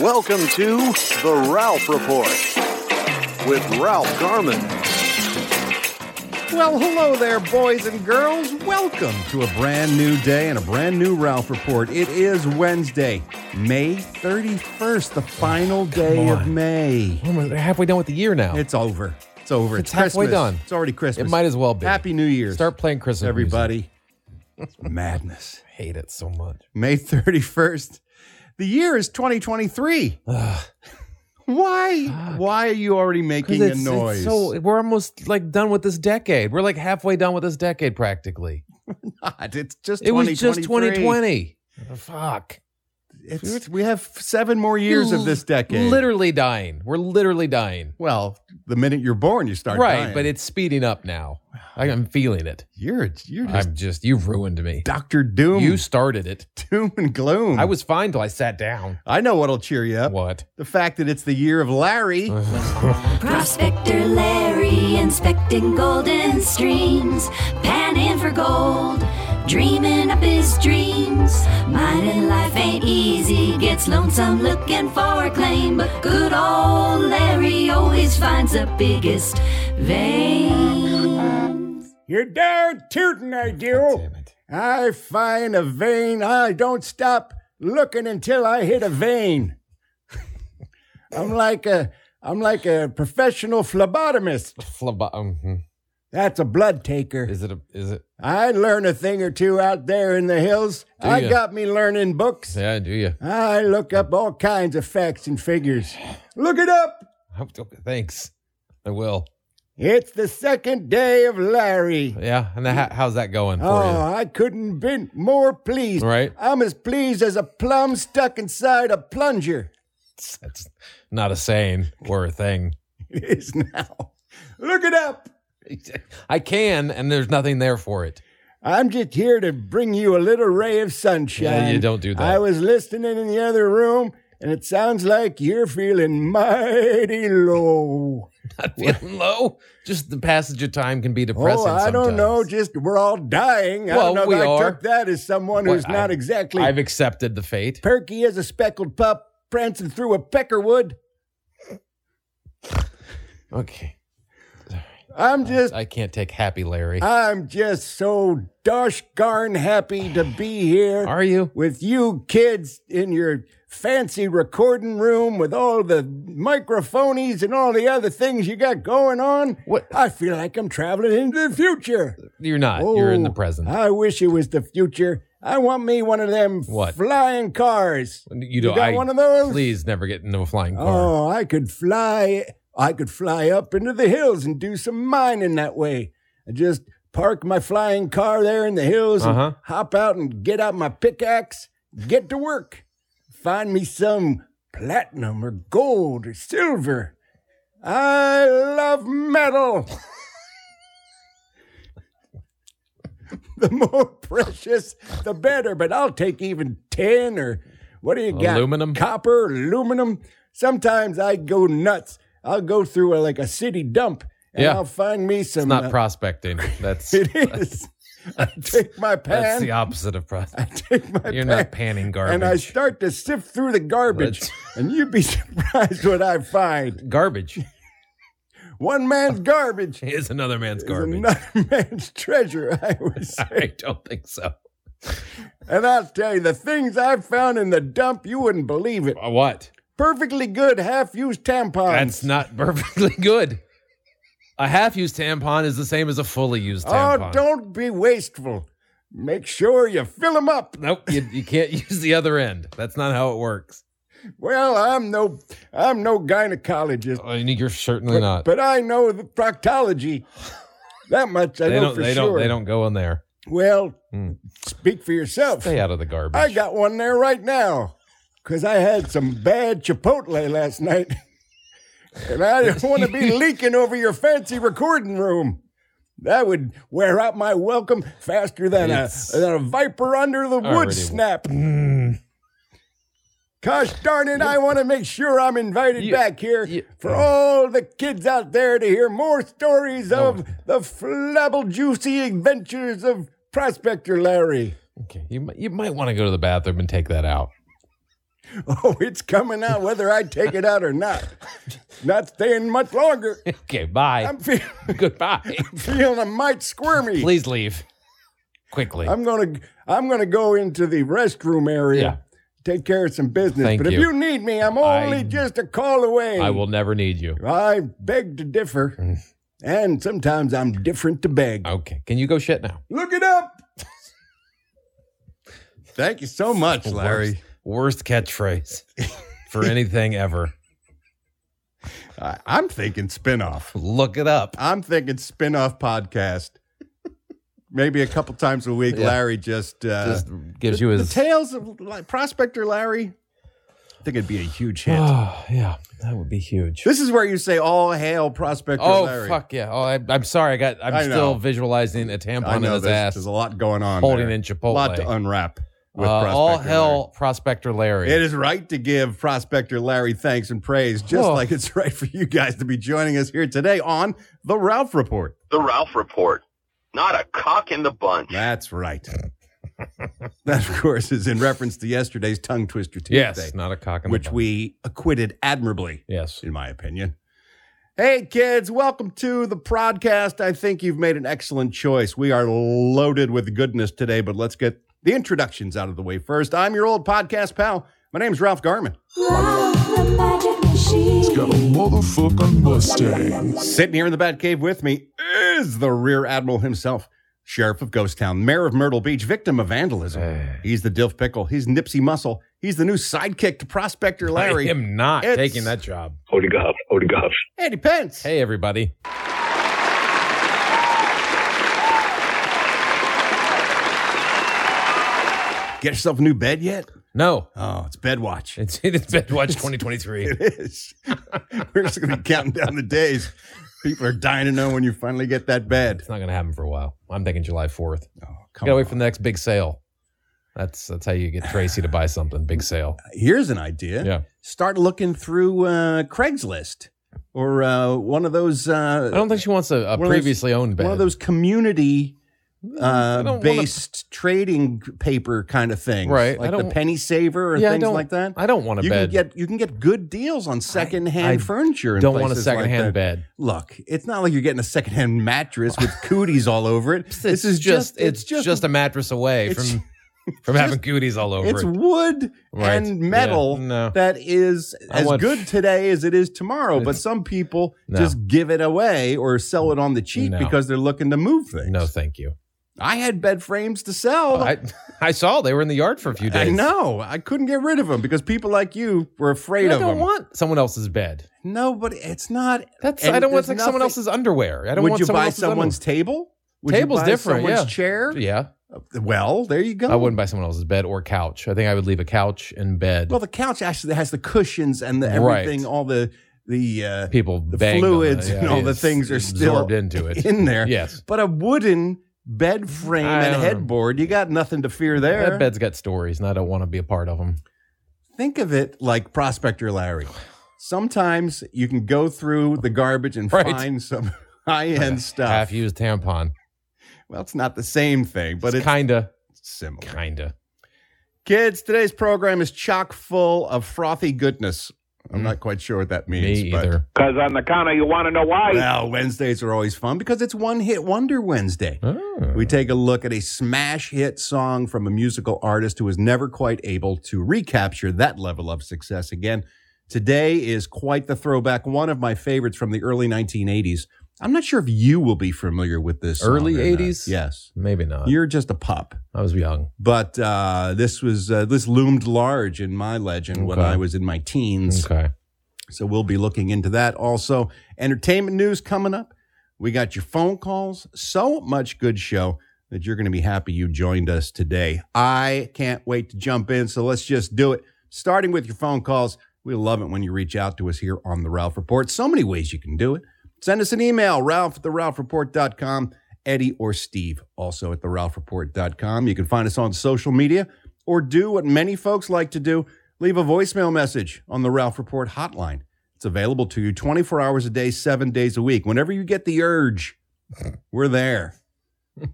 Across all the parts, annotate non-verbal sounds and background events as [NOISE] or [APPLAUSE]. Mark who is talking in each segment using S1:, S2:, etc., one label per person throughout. S1: Welcome to The Ralph Report with Ralph Garman.
S2: Well, hello there, boys and girls. Welcome to a brand new day and a brand new Ralph Report. It is Wednesday, May 31st, the final day of
S3: on.
S2: May.
S3: Oh, We're halfway done with the year now.
S2: It's over. It's over. It's,
S3: It's halfway
S2: Christmas.
S3: done.
S2: It's already Christmas.
S3: It might as well be.
S2: Happy New Year.
S3: Start playing Christmas music.
S2: everybody. It's madness.
S3: I hate it so much.
S2: May 31st. The year is 2023. Why? Why are you already making a
S3: it's,
S2: noise? [LAUGHS]
S3: it's so we're almost like done with this decade. We're like halfway done with this decade practically.
S2: It's just
S3: It was just
S2: 2023.
S3: 2020. Fuck.
S2: It's, we have seven more years of this decade.
S3: Literally dying. We're literally dying.
S2: Well, the minute you're born, you start
S3: right,
S2: dying.
S3: but it's speeding
S2: [SIGHS]
S3: up now. I, I'm feeling it.
S2: you're you're just
S3: I'm just you've ruined me.
S2: Doctor Doom,
S3: You started it.
S2: [LAUGHS] doom and gloom.
S3: I was fine till I sat down.
S2: I know what'll cheer you up.
S3: What? Uh,
S2: The fact that it's the year of Larry.
S4: Prospector Larry inspecting golden streams, panning for gold, dreaming up his dreams. Mining life ain't easy, gets lonesome looking for a claim, but good old Larry always finds the biggest vein.
S2: You're down tootin', I do.
S3: Damn it.
S2: I find a vein. I don't stop looking until I hit a vein.
S3: [LAUGHS]
S2: I'm like a I'm like a professional phlebotomist.
S3: Phlebo- mhm.
S2: That's a blood taker.
S3: Is it a is it
S2: I learn a thing or two out there in the hills. I
S3: ya?
S2: got me learning books.
S3: yeah, do you?
S2: I look up all kinds of facts and figures. Look it up.
S3: Thanks. I will.
S2: It's the second day of Larry.
S3: Yeah, and the, how, how's that going for
S2: Oh, I couldn't been more pleased.
S3: Right.
S2: I'm as pleased as a plum stuck inside a plunger. [LAUGHS]
S3: you? That's not a saying or a thing.
S2: It is now. Look it up.
S3: I can, and there's nothing there for it. [LAUGHS]
S2: I'm just here to bring you a little ray of sunshine.
S3: Yeah, you don't do that.
S2: I was listening in the other room, and it sounds like you're feeling mighty low.
S3: Feeling low. Just the passage of time can be depressing.
S2: oh, I don't
S3: sometimes.
S2: know. Just we're all dying. I
S3: Well,
S2: don't know
S3: we
S2: if I
S3: are.
S2: took that as someone
S3: Well,
S2: who's not
S3: I-
S2: exactly
S3: I've accepted the fate.
S2: perky as a speckled pup prancing through a peckerwood.
S3: Okay,
S2: I'm just,
S3: Uh, I can't take happy Larry.
S2: I'm just so dosh darn happy to be here
S3: Are you?
S2: with you kids in your fancy recording room with all the microphonies and all the other things you got going on.
S3: What?
S2: I feel like I'm traveling into the future.
S3: You're not. You're in the
S2: Oh,
S3: present.
S2: I wish it was the future. I want me one of them
S3: What?
S2: flying cars.
S3: you don't.
S2: got
S3: I,
S2: one of those?
S3: Please never get into a flying car.
S2: Oh, I could fly. I could fly up into the hills and do some mining that way. I just park my flying car there in the hills
S3: Uh-huh.
S2: and hop out and get out my pickaxe, get to work. Find me some platinum or gold or silver. I love metal. [LAUGHS] the more precious, the better. But I'll take even tin or what do you got?
S3: Aluminum?
S2: copper, aluminum. Sometimes I go nuts. I'll go through a, like a city dump and
S3: Yeah.
S2: I'll find me some.
S3: Not
S2: uh,
S3: prospecting. That's
S2: [LAUGHS] it is. I take my
S3: [LAUGHS] that's
S2: pan.
S3: the opposite of
S2: [LAUGHS] I
S3: prospecting.
S2: take my
S3: You're
S2: pan
S3: not panning garbage.
S2: and I start to sift through the garbage,
S3: Let's- [LAUGHS]
S2: and you'd be [LAUGHS] surprised what I find. [LAUGHS]
S3: garbage
S2: One
S3: [LAUGHS]
S2: man's garbage
S3: is another man's
S2: is
S3: garbage.
S2: another [LAUGHS] man's treasure. I always say.
S3: [LAUGHS] I don't think so.
S2: And I'll tell you, the things I found in the dump, you wouldn't believe it.
S3: Uh, What?
S2: Perfectly good half-used tampons.
S3: That's not [LAUGHS] perfectly good. A half-used tampon is the same as a fully-used tampon.
S2: Oh, don't be wasteful. Make sure you fill 'em up.
S3: Nope, you, you can't [LAUGHS] use the other end. That's not how it works.
S2: Well, I'm no, I'm no gynecologist,
S3: Oh, and You're certainly not.
S2: but I know the proctology. That much I
S3: they
S2: know
S3: don't.
S2: for
S3: They
S2: sure.
S3: don't. They don't go in there.
S2: Well,
S3: Hmm.
S2: speak for yourself.
S3: Stay out of the garbage.
S2: I got one there right now because I had some bad Chipotle last night.
S5: [LAUGHS] and I don't want to
S3: [LAUGHS]
S5: be leaking over your fancy recording room. That would wear out my welcome faster than a,
S3: It's-
S5: than a viper under the wood
S3: Already-
S5: snap. Gosh darn it, I want to make sure I'm invited
S3: You-
S5: back here
S3: you-
S5: for all the kids out there to hear more stories of the flabble juicy adventures of Prospector Larry.
S3: Okay, you might, you might want to go to the bathroom and take that out. [LAUGHS]
S5: [LAUGHS] Oh, it's coming out whether I take it out or not. Not staying much longer.
S3: Okay, bye.
S5: I'm feeling,
S3: [LAUGHS]
S2: [LAUGHS]
S3: Goodbye.
S5: [LAUGHS] feeling a mite squirmy.
S3: Please leave quickly.
S5: I'm gonna I'm gonna go into the restroom area.
S3: Yeah.
S5: Take care of some business.
S3: Thank
S5: but
S3: you.
S5: if you need me, I'm only
S3: I-
S5: just a call away.
S3: I will never need you.
S5: I beg to differ. and sometimes I'm different to beg.
S3: Okay, can you go shit now?
S5: Look it up.
S2: Thank you so much, Larry.
S3: Worst catchphrase [LAUGHS] for anything ever.
S2: I, I'm thinking spinoff.
S3: Look it up.
S2: I'm thinking spinoff podcast. Maybe a couple times a week,
S3: Yeah.
S2: Larry just, uh,
S3: Just gives you his.
S2: the tales of like, Prospector Larry. I think it'd be a huge hit.
S3: Oh, [SIGHS] yeah, that would be huge.
S2: [SIGHS] This is where you say all hail Prospector
S3: Oh
S2: Larry.
S3: fuck yeah! Oh, I, I'm sorry. I got. I'm
S2: I know.
S3: still visualizing a tampon
S2: I
S3: in
S2: know
S3: his
S2: there's,
S3: ass.
S2: there's a lot going on.
S3: holding
S2: there.
S3: in Chipotle.
S2: A lot to unwrap with
S3: Uh,
S2: Prospector
S3: all hell,
S2: Larry.
S3: Prospector Larry.
S2: It is right to give Prospector Larry thanks and praise, just
S3: Oh.
S2: like it's [LAUGHS] right for you guys to be joining us here today on The Ralph Report.
S1: The Ralph Report. Not a cock in the bunch.
S2: That's right. that, of course, is in reference to yesterday's Tongue Twister Tuesday,
S3: yes, not a cock in the
S2: which
S3: butt.
S2: we acquitted admirably,
S3: Yes.
S2: in my opinion. Hey, kids, welcome to the podcast. I think you've made an excellent choice. We are loaded with goodness today, but let's get the introductions out of the way first. I'm your old podcast pal. My name's Ralph Garman.
S6: Love the magic machine.
S7: Got a motherfucking Mustang.
S2: Sitting here in the Batcave with me is the Rear Admiral himself, Sheriff of Ghost Town, Mayor of Myrtle Beach, victim of vandalism. He's the Dilf Pickle. He's Nipsey Muscle. He's the new sidekick to Prospector
S3: I
S2: Larry.
S3: am not
S2: It's-
S3: taking that job.
S8: Holy God, holy God.
S2: Eddie Pence.
S3: Hey, everybody.
S2: Get yourself a new bed yet?
S3: No,
S2: Oh, it's bed watch.
S3: it's [LAUGHS] it's Bedwatch 2023.
S2: It is. [LAUGHS] We're just going to be counting down the days. People are dying to know when you finally get that bed.
S3: It's not going to happen for a while. I'm thinking July 4th.
S2: Oh, come
S3: Got to
S2: on.
S3: wait for the next big sale. That's that's how you get Tracy to buy something.
S2: [LAUGHS]
S3: Big sale.
S2: Here's an idea.
S3: Yeah.
S2: Start looking through uh, Craigslist or uh, one of those. Uh,
S3: I don't think she wants a, a
S2: One of those-
S3: previously owned bed.
S2: one of those community
S3: I
S2: uh,
S3: don't
S2: based trading paper kind of things,
S3: Right, I
S2: Like the
S3: don't-
S2: penny saver and
S3: Yeah, I
S2: things
S3: don't-
S2: like that.
S3: I don't want a
S2: you can
S3: bed.
S2: get you can get good deals on secondhand
S3: I
S2: furniture. And
S3: Don't want a
S2: places like
S3: secondhand
S2: that.
S3: bed.
S2: Look, it's not like you're getting a secondhand mattress
S3: [LAUGHS]
S2: with cooties all over it. this is just,
S3: it's, just, a mattress away
S2: it's- [LAUGHS]
S3: from from having cooties all over
S2: it's
S3: it.
S2: wood
S3: Right.
S2: and metal
S3: Yeah, no.
S2: that is
S3: I
S2: as
S3: want-
S2: good today as it is tomorrow. But some people
S3: No.
S2: just give it away or sell it on the cheap
S3: No.
S2: because they're looking to move things.
S3: No, thank you.
S2: I had bed frames to sell.
S3: Oh, I I saw they were in the yard for a few days.
S2: I know. I couldn't get rid of them because people like you were
S3: I
S2: afraid of
S3: don't
S2: them.
S3: want someone else's bed.
S2: no, but it's not.
S3: That's
S2: And
S3: I don't want
S2: there's
S3: like someone
S2: nothing-
S3: else's underwear. I don't
S2: Would
S3: want
S2: you
S3: someone
S2: buy
S3: else's
S2: someone's table? Would
S3: Table's
S2: you buy
S3: different,
S2: Someone's
S3: yeah.
S2: chair.
S3: underwear. Yeah,
S2: Well, there you go.
S3: I wouldn't buy someone else's bed or couch. I think I would leave a couch and bed.
S2: Well, the couch actually has the cushions and the
S3: Right.
S2: everything, all the the uh,
S3: People
S2: the
S3: banged on
S2: fluids
S3: it. Yeah,
S2: and all the
S3: it's
S2: things are still
S3: absorbed into it.
S2: in there.
S3: Yes.
S2: but a wooden bed frame
S3: I
S2: and
S3: don't know.
S2: headboard, you got nothing to fear there.
S3: That bed's got stories, and I don't want to be a part of them.
S2: Think of it like Prospector Larry. Sometimes you can go through the garbage and
S3: Right.
S2: find some [LAUGHS] high end stuff.
S3: Half-used tampon.
S2: Well, it's not the same thing, but
S3: But
S2: it's,
S3: kinda,
S2: similar.
S3: kinda.
S2: Kids, today's program is chock full of frothy goodness. I'm not quite sure what that means.
S3: Hmm. Me
S2: but-
S3: either.
S8: Because on the counter, you want to know why?
S2: Well, Wednesdays are always fun because it's One Hit Wonder Wednesday. We take a look at a smash hit song from a musical artist who was never quite able to recapture that level of success again. Today is quite the throwback, one of my favorites from the early 1980s. I'm not sure if you will be familiar with this. song
S3: Early Uh.
S2: or not.
S3: 80s?
S2: Yes.
S3: Maybe not.
S2: You're just a pup.
S3: I was young.
S2: But uh, this was uh, this loomed large in my legend when
S3: Okay.
S2: I was in my teens.
S3: Okay.
S2: So we'll be looking into that also. Entertainment news coming up. We got your phone calls. So much good show that you're going to be happy you joined us today. I can't wait to jump in. So let's just do it. Starting with your phone calls, We love it when you reach out to us here on The Ralph Report. So many ways you can do it. Send us an email, ralph at theralphreport.com, Eddie or Steve, also at theralphreport.com. You can find us on social media or do what many folks like to do leave a voicemail message on the Ralph Report hotline. It's available to you 24 hours a day, seven days a week. Whenever you get the urge, we're
S3: [LAUGHS]
S2: there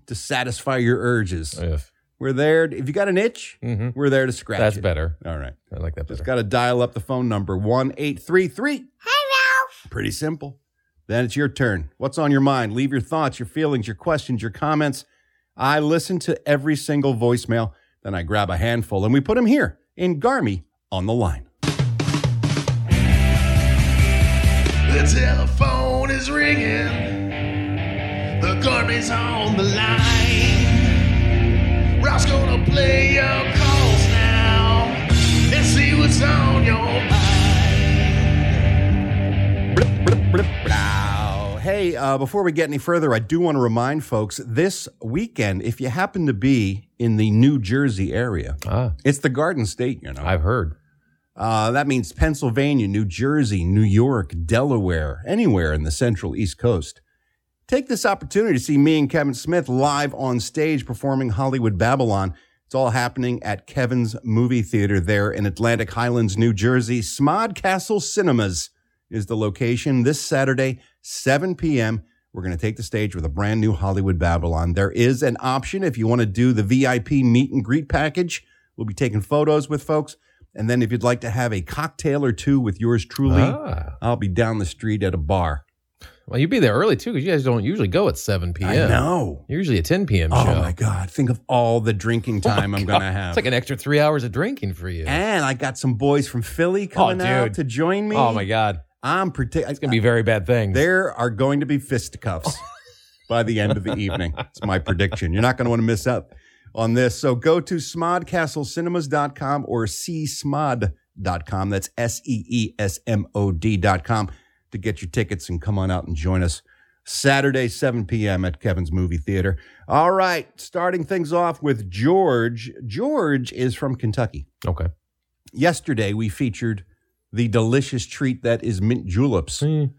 S2: to satisfy your urges.
S3: If.
S2: We're there. If you got an itch,
S3: Mm-hmm.
S2: we're there to scratch
S3: That's
S2: it.
S3: better.
S2: All right.
S3: I like that better.
S2: Just got to dial up the phone number one eight three three. Hi, Ralph. Pretty simple. Then it's your turn. What's on your mind? Leave your thoughts, your feelings, your questions, your comments. I listen to every single voicemail. Then I grab a handful and we put them here in Garmy on the line.
S9: The telephone is ringing. The garbage on the line. Ralph's gonna play your calls now and see what's on your mind.
S2: Wow. Hey, uh, before we get any further, I do want to remind folks this weekend, if you happen to be in the New Jersey area,
S3: ah,
S2: it's the Garden State, you know.
S3: I've heard.
S2: Uh, that means Pennsylvania, New Jersey, New York, Delaware, anywhere in the central East Coast. Take this opportunity to see me and Kevin Smith live on stage performing Hollywood Babylon. It's all happening at Kevin's Movie Theater there in Atlantic Highlands, New Jersey. Smod Castle Cinemas is the location this Saturday, 7 p.m. We're going to take the stage with a brand new Hollywood Babylon. There is an option if you want to do the VIP meet and greet package. We'll be taking photos with folks. And then if you'd like to have a cocktail or two with yours truly,
S3: Ah.
S2: I'll be down the street at a bar.
S3: Well, you'd be there early too, because you guys don't usually go at 7 p.m.
S2: I know.
S3: You're usually a 10 p.m.
S2: Oh
S3: show.
S2: my God. Think of all the drinking time I'm going to have.
S3: Oh It's like an extra three hours of drinking for you.
S2: and I got some boys from Philly coming out
S3: Oh, dude.
S2: to join me.
S3: oh my God.
S2: I'm protect.
S3: It's going to be very bad things.
S2: There are going to be
S3: [LAUGHS]
S2: fisticuffs by the end of the evening. It's my prediction. You're not going to want to miss out on this. So go to smodcastlecinemas.com or csmod.com. That's S E E S M O D.com to get your tickets and come on out and join us Saturday, 7 p.m. at Kevin's Movie Theater. All right, starting things off with George. George is from Kentucky.
S3: Okay.
S2: Yesterday, we featured the delicious treat that is mint juleps.
S3: Mm,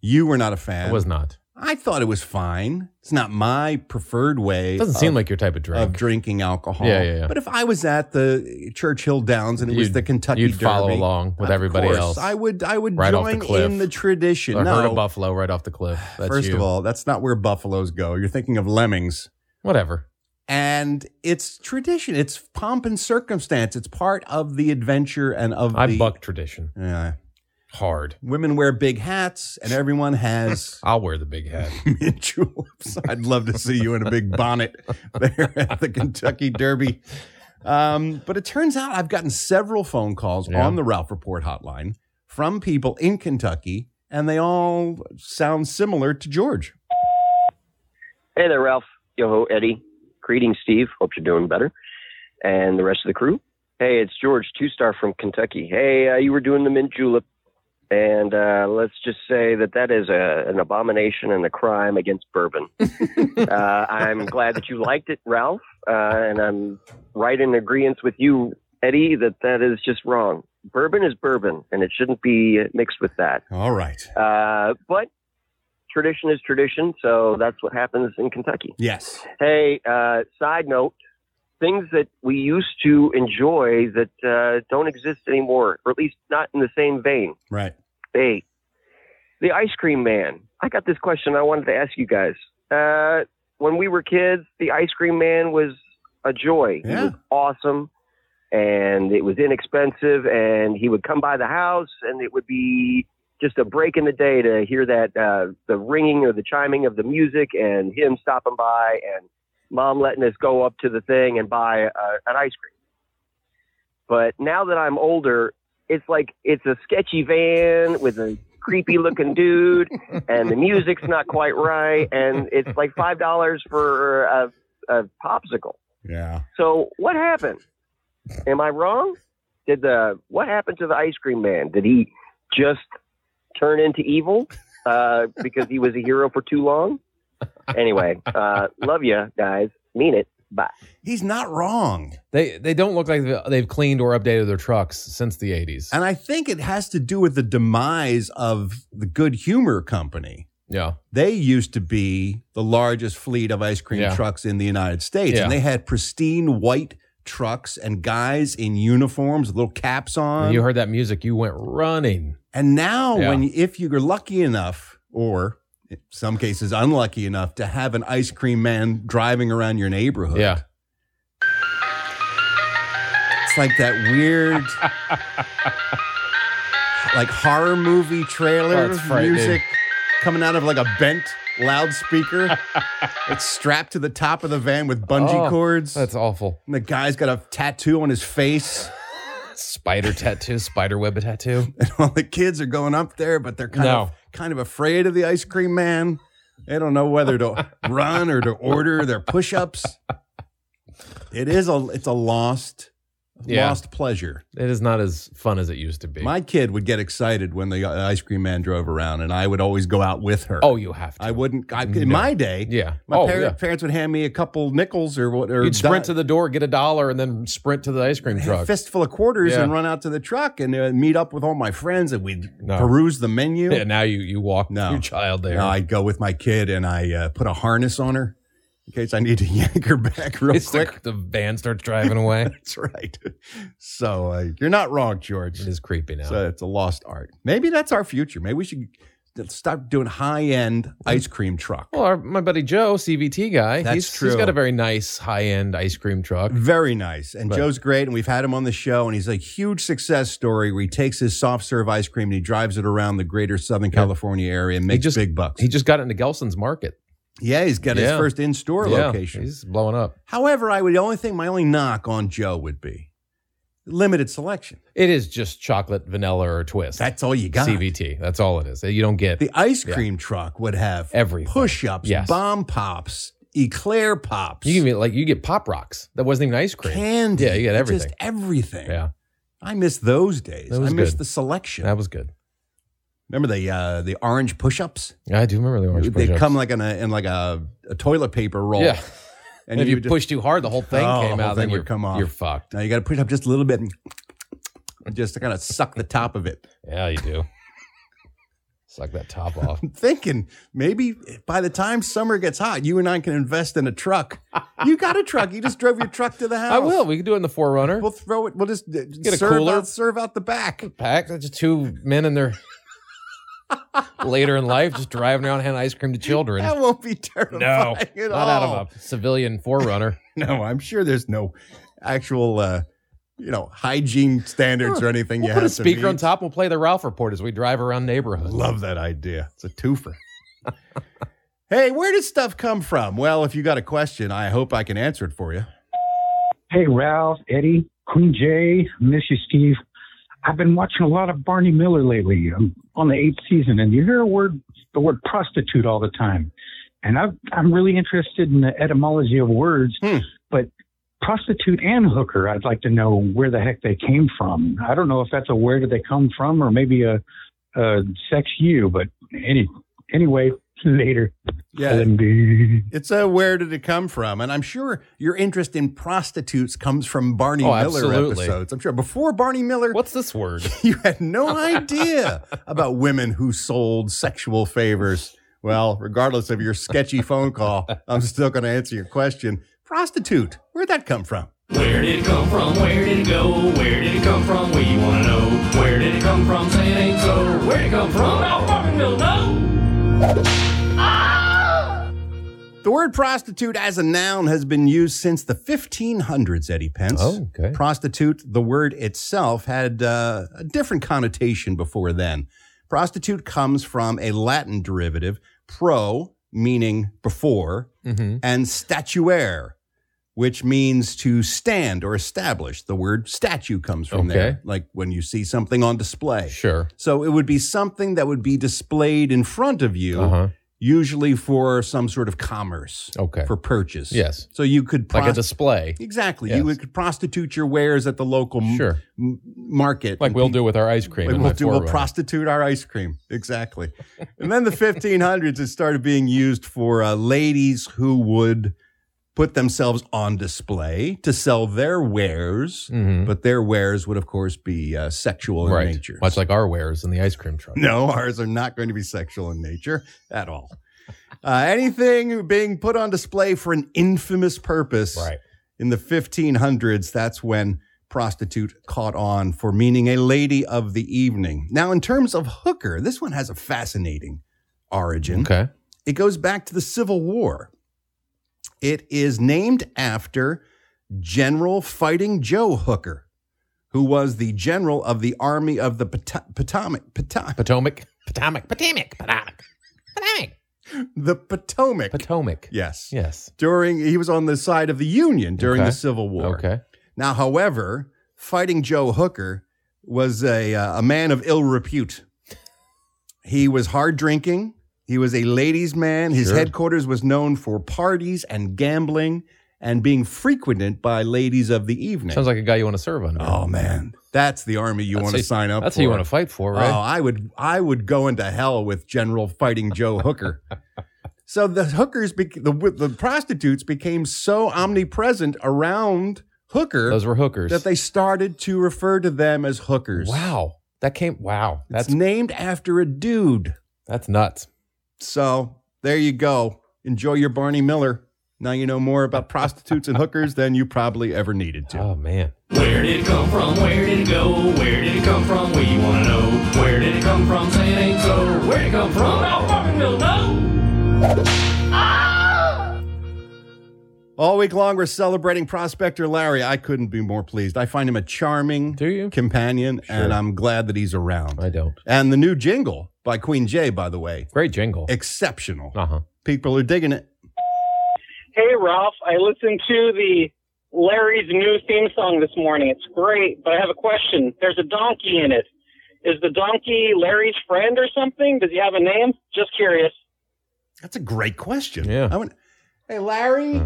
S2: You were not a fan.
S3: I was not.
S2: I thought it was fine. It's not my preferred way.
S3: It doesn't
S2: of,
S3: seem like your type of
S2: of
S3: drink.
S2: drinking alcohol.
S3: Yeah, yeah, yeah.
S2: But if I was at the Churchill Downs and it was
S3: You'd-
S2: the Kentucky
S3: you'd follow
S2: Derby,
S3: along with
S2: of
S3: everybody
S2: course,
S3: else.
S2: I would. I would
S3: Right off the
S2: join
S3: cliff.
S2: in the tradition.
S3: I heard
S2: no,
S3: a buffalo right off the cliff. That's
S2: first
S3: you.
S2: of all, that's not where buffaloes go. You're thinking of lemmings.
S3: whatever.
S2: And it's tradition. It's pomp and circumstance. It's part of the adventure and of
S3: I
S2: the.
S3: buck tradition
S2: Yeah.
S3: hard.
S2: women wear big hats, and everyone has
S3: I'll wear the big
S2: [LAUGHS]
S3: hat.
S2: mint juleps. I'd love to see you in a big bonnet there at the Kentucky Derby. Um, but it turns out I've gotten several phone calls
S3: Yeah.
S2: on the Ralph Report hotline from people in Kentucky, and they all sound similar to George.
S10: Hey there, Ralph. Yo ho, Eddie. Greetings, Steve. Hope you're doing better. And the rest of the crew. Hey, it's George, two star from Kentucky. Hey, uh, you were doing the mint julep. And uh, let's just say that that is a, an abomination and a crime against bourbon. uh, I'm glad that you liked it, Ralph. Uh, and I'm right in agreement with you, Eddie, that that is just wrong. Bourbon is bourbon, and it shouldn't be mixed with that.
S2: All right.
S10: Uh, but tradition is tradition, so that's what happens in Kentucky.
S2: Yes.
S10: Hey, uh, side note, things that we used to enjoy that uh, don't exist anymore, or at least not in the same vein.
S2: Right.
S10: Hey, the ice cream man. I got this question I wanted to ask you guys. Uh, when we were kids, the ice cream man was a joy. He
S2: Yeah.
S10: was awesome, and it was inexpensive, and he would come by the house, and it would be just a break in the day to hear that uh, the ringing or the chiming of the music, and him stopping by, and mom letting us go up to the thing and buy uh, an ice cream. But now that I'm older, it's like it's a sketchy van with a creepy looking dude and the music's not quite right and it's like five dollars for a, a popsicle
S2: Yeah.
S10: so what happened am i wrong did the what happened to the ice cream man did he just turn into evil uh, because he was a hero for too long anyway uh, love you guys mean it Bye.
S2: He's not wrong.
S3: They they don't look like they've cleaned or updated their trucks since the 80s.
S2: And I think it has to do with the demise of the Good Humor Company.
S3: Yeah.
S2: They used to be the largest fleet of ice cream
S3: Yeah.
S2: trucks in the United States.
S3: Yeah.
S2: And they had pristine white trucks and guys in uniforms, little caps on.
S3: When you heard that music, you went running.
S2: And now,
S3: Yeah.
S2: when if you're lucky enough, or in some cases unlucky enough, to have an ice cream man driving around your neighborhood,
S3: Yeah.
S2: it's like that
S3: [LAUGHS]
S2: weird, like horror movie
S3: Oh,
S2: trailer
S3: it's frightening.
S2: music coming out of like a bent loudspeaker. it's strapped to the top of the van with bungee
S3: Oh,
S2: cords.
S3: That's awful.
S2: and the guy's got a tattoo on his face.
S3: Spider tattoo, spider
S2: [LAUGHS]
S3: web tattoo.
S2: and all the kids are going up there, but they're kind of
S3: No.
S2: kind of afraid of the ice cream man. They don't know whether
S3: [LAUGHS]
S2: to run or to order their push-ups. It is a it's a lost
S3: Yeah.
S2: lost pleasure.
S3: It is not as fun as it used to be.
S2: My kid would get excited when the uh, ice cream man drove around, and I would always go out with her.
S3: oh, you have to.
S2: I wouldn't. I, in
S3: No.
S2: my day,
S3: yeah.
S2: my
S3: oh,
S2: par-
S3: yeah.
S2: parents would hand me a couple nickels or what, or
S3: You'd sprint
S2: di-
S3: to the door, get a dollar, and then sprint to the ice cream
S2: a
S3: truck.
S2: fistful of quarters
S3: Yeah.
S2: and run out to the truck and uh, meet up with all my friends, and we'd
S3: No.
S2: peruse the menu.
S3: Yeah, now you you walk
S2: No.
S3: your child there. [LAUGHS]
S2: No, I go with my kid and I uh, put a harness on her in case I need to [LAUGHS] yank her back real
S3: It's the,
S2: quick. [LAUGHS]
S3: the van starts driving away.
S2: That's right. So uh, you're not wrong, George.
S3: it is creepy now.
S2: So it's a lost art. Maybe that's our future. Maybe we should stop doing high end ice cream truck.
S3: well, our, my buddy Joe, CVT guy,
S2: That's
S3: he's,
S2: true.
S3: he's got a very nice high end ice cream truck.
S2: Very nice. And
S3: Right.
S2: Joe's great. And we've had him on the show. And he's a huge success story where he takes his soft serve ice cream and he drives it around the greater Southern California area and makes
S3: just-
S2: big bucks.
S3: He just got into Gelson's Market.
S2: yeah, he's got his
S3: Yeah.
S2: first in store
S3: Yeah,
S2: location.
S3: He's blowing up.
S2: However, I would the only thing my only knock on Joe would be limited selection.
S3: It is just chocolate, vanilla, or twist.
S2: That's all you got.
S3: CVT. That's all it is. You don't get.
S2: The ice
S3: Yeah.
S2: cream truck would have
S3: Everything.
S2: push-ups,
S3: Yes.
S2: bomb pops, eclair pops,
S3: you get like you get pop rocks. That wasn't even ice cream.
S2: candy.
S3: Yeah, you got everything.
S2: Just everything.
S3: Yeah,
S2: I miss those days.
S3: That was
S2: I miss
S3: good.
S2: the selection.
S3: that was good.
S2: Remember the uh, the orange push-ups?
S3: I do remember the orange.
S2: they
S3: push-ups.
S2: come like in a in like a, a toilet paper roll.
S3: Yeah,
S2: And
S3: if you,
S2: would just-
S3: push too hard, the whole thing
S2: Oh,
S3: came
S2: the whole
S3: out.
S2: thing
S3: then
S2: would
S3: you're,
S2: come off.
S3: You're fucked.
S2: now you got to push up just a little bit and and just kind of suck the top of it.
S3: Yeah,
S2: [LAUGHS]
S3: you do. Suck that top off.
S2: thinking maybe by the time summer gets hot, you and I can invest in a truck. You got a truck. You just drove your truck to the house.
S3: [LAUGHS] I will. We can do it in the Forerunner.
S2: We'll throw it. We'll just get
S3: a
S2: serve
S3: cooler.
S2: out. Serve out the back.
S3: Pack. That's just two men
S2: [LAUGHS]
S3: and their later in life just driving around handing ice cream to children.
S2: That won't be terrifying
S3: No,
S2: at
S3: not
S2: all.
S3: out of a civilian Forerunner.
S2: No, I'm sure there's no actual, uh, you know, hygiene standards or anything. [LAUGHS]
S3: We'll
S2: you
S3: put
S2: have
S3: a speaker
S2: to
S3: on
S2: meet.
S3: top. We'll play the Ralph Report as we drive around neighborhoods.
S2: Love that idea. It's a twofer. [LAUGHS] hey, where does stuff come from? Well, if you got a question, I hope I can answer it for you.
S8: Hey, Ralph, Eddie, Queen Jay, miss you, Steve. I've been watching a lot of Barney Miller lately. I'm on the eighth season, and you hear a word, the word prostitute all the time. And I've, I'm really interested in the etymology of words,
S2: Hmm.
S8: but prostitute and hooker, I'd like to know where the heck they came from. I don't know if that's a where did they come from or maybe a, a sex you, but any, anyway, [LAUGHS] later.
S2: Yeah,
S8: LMB.
S2: It's a where did it come from? And I'm sure your interest in prostitutes comes from Barney
S3: Oh,
S2: Miller
S3: absolutely.
S2: episodes. I'm sure before Barney Miller,
S3: What's this word?
S2: [LAUGHS] you had no idea about women who sold sexual favors. Well, regardless of your sketchy phone call, I'm still going to answer your question. Prostitute, where'd that come from?
S9: Where did it come from? Where did it go? Where did it come from? We want to know. Where did it come from? Say it ain't so. Where did it come from? Ralph fucking will know.
S2: The word prostitute as a noun has been used since the 1500s, Eddie Pence.
S3: Oh, okay.
S2: Prostitute, the word itself, had uh, a different connotation before then. Prostitute comes from a Latin derivative, pro, meaning before,
S3: Mm-hmm.
S2: and statuere, which means to stand or establish. The word statue comes from
S3: Okay.
S2: there, like when you see something on display.
S3: Sure.
S2: So it would be something that would be displayed in front of you
S3: Uh huh.
S2: usually for some sort of commerce,
S3: Okay.
S2: for purchase.
S3: Yes.
S2: So you could
S3: Like a
S2: prosti-
S3: display.
S2: exactly
S3: Yes.
S2: you would- could prostitute your wares at the local m-
S3: Sure.
S2: m- market,
S3: Like
S2: and
S3: we'll
S2: pe-
S3: do with our ice cream.
S2: Um, Like
S3: in
S2: we'll
S3: my
S2: do. We'll
S3: Forerunner.
S2: prostitute our ice cream. Exactly. and then the 1500s, it started being used for uh, ladies who would put themselves on display to sell their wares, but their wares would, of course, be uh, sexual in
S3: Mm-hmm. Right.
S2: nature.
S3: Much like our wares in the ice cream truck.
S2: No, ours are not going to be sexual in nature at all. Uh, anything being put on display for an infamous purpose
S3: Right.
S2: in the 1500s, that's when prostitute caught on for meaning a lady of the evening. Now, in terms of hooker, this one has a fascinating origin.
S3: Okay.
S2: It goes back to the Civil War. It is named after General Fighting Joe Hooker, who was the general of the Army of the Pot- Potomac, Potomac,
S3: Potomac. Potomac. Potomac. Potomac. Potomac.
S2: the Potomac.
S3: Potomac.
S2: yes.
S3: Yes.
S2: During he was on the side of the Union during
S3: Okay.
S2: the Civil War.
S3: Okay.
S2: Now, however, fighting Joe Hooker was a uh, a man of ill repute. He was hard drinking. He was a ladies' man. His
S3: Sure.
S2: headquarters was known for parties and gambling and being frequented by ladies of the evening.
S3: Sounds like a guy you want to serve under.
S2: oh man, that's the army you
S3: That's
S2: want to
S3: who-
S2: sign up.
S3: That's
S2: for.
S3: who you want to fight for, right?
S2: Oh, I would I would go into hell with General Fighting Joe
S3: [LAUGHS]
S2: Hooker. so the hookers, bec- the the prostitutes became so omnipresent around Hooker
S3: Those were hookers.
S2: that they started to refer to them as hookers.
S3: wow. That came. Wow.
S2: That's
S3: That's
S2: named after a dude.
S3: that's nuts.
S2: So there you go. Enjoy your Barney Miller. Now you know more about prostitutes and hookers than you probably ever needed to.
S3: Oh man.
S11: Where did it come from? Where did it go? Where did it come from? We wanna know. Where did it come from? Say it ain't so. Where did it come from? Out fucking will know.
S2: All week long, we're celebrating Prospector Larry. I couldn't be more pleased. I find him a charming
S3: Do you?
S2: companion,
S3: Sure.
S2: and I'm glad that he's around.
S3: I don't.
S2: And the new jingle by Queen Jay, by the way,
S3: Great jingle.
S2: exceptional.
S3: Uh huh.
S2: People are digging it.
S9: Hey, Ralph, I listened to the Larry's new theme song this morning. It's great, but I have a question. There's a donkey in it. Is the donkey Larry's friend or something? Does he have a name? Just curious.
S2: That's a great question.
S3: Yeah. Uh.
S2: I went, hey, Larry,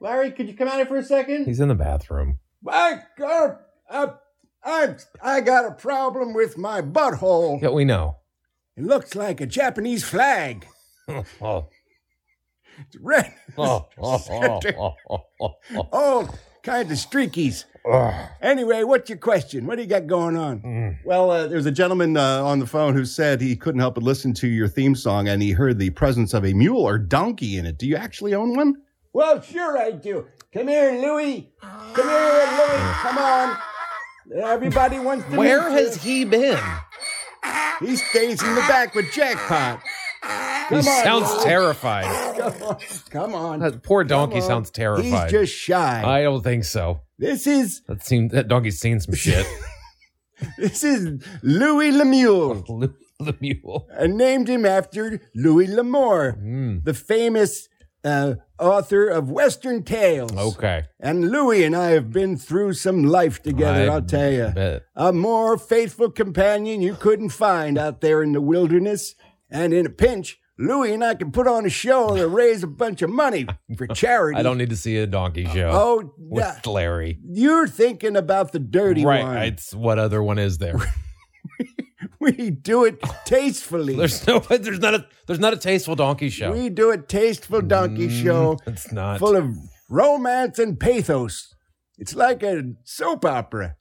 S2: Larry, could you come out here for a second?
S3: He's in the bathroom.
S12: I got a, I, I got a problem with my butthole.
S3: Yeah, we know.
S12: It looks like a Japanese flag.
S3: oh,
S2: [LAUGHS]
S3: oh,
S12: It's red.
S3: oh, oh,
S2: [LAUGHS]
S3: oh, oh, oh, oh.
S12: All kinds of streakies. Anyway, what's your question? What do you got going on?
S3: Mm.
S2: Well, uh, there's a gentleman uh, on the phone who said he couldn't help but listen to your theme song and he heard the presence of a mule or donkey in it. Do you actually own one?
S12: Well, sure I do. Come here, Louie. Come here, Louie. Come on. Everybody wants to
S3: Where
S12: meet
S3: has he been?
S12: you. He stays in the back with Jackpot.
S3: He
S12: Come on,
S3: sounds
S12: Louie.
S3: terrified.
S12: Come on. Come on.
S3: That poor donkey
S12: Come on.
S3: sounds terrified.
S12: He's just shy.
S3: I don't think so.
S12: this is
S3: That seems that donkey's seen
S12: [LAUGHS]
S3: some shit.
S12: this is Louis Lemuel.
S3: Lou- the mule.
S12: I named him after Louis L'Amour,
S3: Mm,
S12: the famous uh, author of Western Tales.
S3: [LAUGHS] okay.
S12: And Louis and I have been through some life together,
S3: I
S12: I will tell you.
S3: bet.
S12: A more faithful companion you couldn't find out there in the wilderness. And in a pinch, Louis and I can put on a show
S3: [LAUGHS]
S12: to raise a bunch of money for charity.
S3: I don't need to see a donkey show
S12: Oh,
S3: with
S12: yeah.
S3: Larry.
S12: you're thinking about the dirty
S3: Right.
S12: one.
S3: It's what other one is
S12: [LAUGHS]
S3: there? [LAUGHS]
S12: We do it tastefully.
S3: There's no. [LAUGHS] There's not a. There's not a tasteful donkey show. Mm.
S12: We do a tasteful donkey show
S3: It's not.
S12: full of romance and pathos. It's like a soap opera,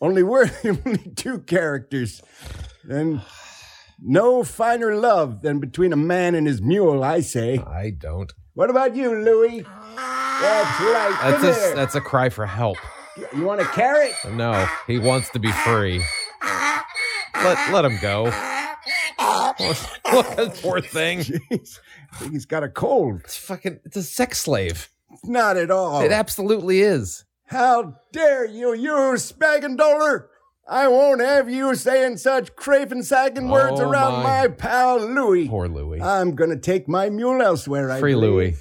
S12: only we're the [LAUGHS] only two characters. And no finer love than between a man and his mule, I say.
S3: I don't.
S12: What about you, Louie? That's right.
S3: That's
S12: Come
S3: a.
S12: here.
S3: That's a cry for help.
S12: You want a carrot? [LAUGHS]
S3: No, he wants to be free. Let let him go. [LAUGHS] Look, look at that poor thing.
S12: Jeez, I think he's got a cold.
S3: It's fucking. It's a sex slave.
S12: Not at
S2: Oh.
S12: all.
S3: It absolutely is.
S12: How dare you, you spagandoler! I won't have you saying such craven sagging words
S3: Oh,
S12: around my,
S3: my.
S12: pal Louie.
S3: Poor Louis.
S12: I'm gonna take my mule elsewhere. I
S3: Free
S12: believe.
S3: Louis.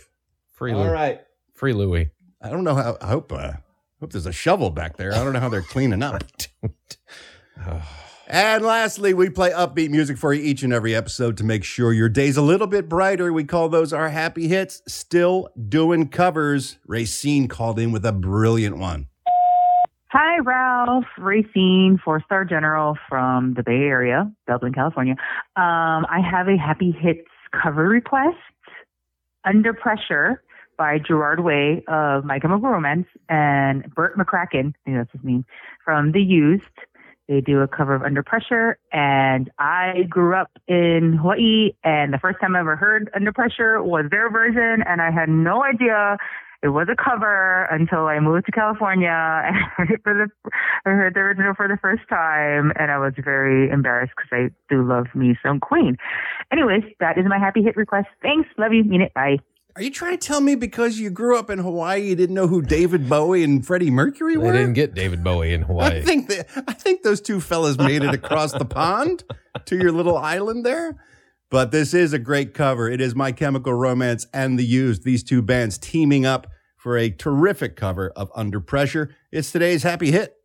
S3: Free Louis.
S2: All right.
S3: Free Louis.
S2: I don't know how. I hope. Uh, hope there's a shovel back there. I don't know how they're cleaning
S3: [LAUGHS]
S2: up.
S3: [SIGHS]
S2: and lastly, we play upbeat music for you each and every episode to make sure your day's a little bit brighter. We call those our happy hits. Still doing covers. Racine called in with a brilliant one.
S13: Hi, Ralph. Racine, four star general from the Bay Area, Dublin, California. Um, I have a happy hits cover request. Under Pressure
S9: by Gerard Way of My Chemical Romance and Burt McCracken, I think that's his name, from The Used. They do a cover of Under Pressure, and I grew up in Hawaii, and the first time I ever heard Under Pressure [LAUGHS] was their version, and I had no idea it was a cover until I moved to California and heard it for the I heard the original for the first time, and I was very embarrassed because I do love me some Queen. Anyways, that is my happy hit request. Thanks, love you, mean it, bye.
S2: Are you trying to tell me because you grew up in Hawaii, you didn't know who David Bowie and Freddie Mercury were?
S3: They didn't get David Bowie in Hawaii.
S2: I think that I think those two fellas made it across the pond to your little island there. But this is a great cover. It is My Chemical Romance and The Used, these two bands teaming up for a terrific cover of Under Pressure. It's today's happy hit.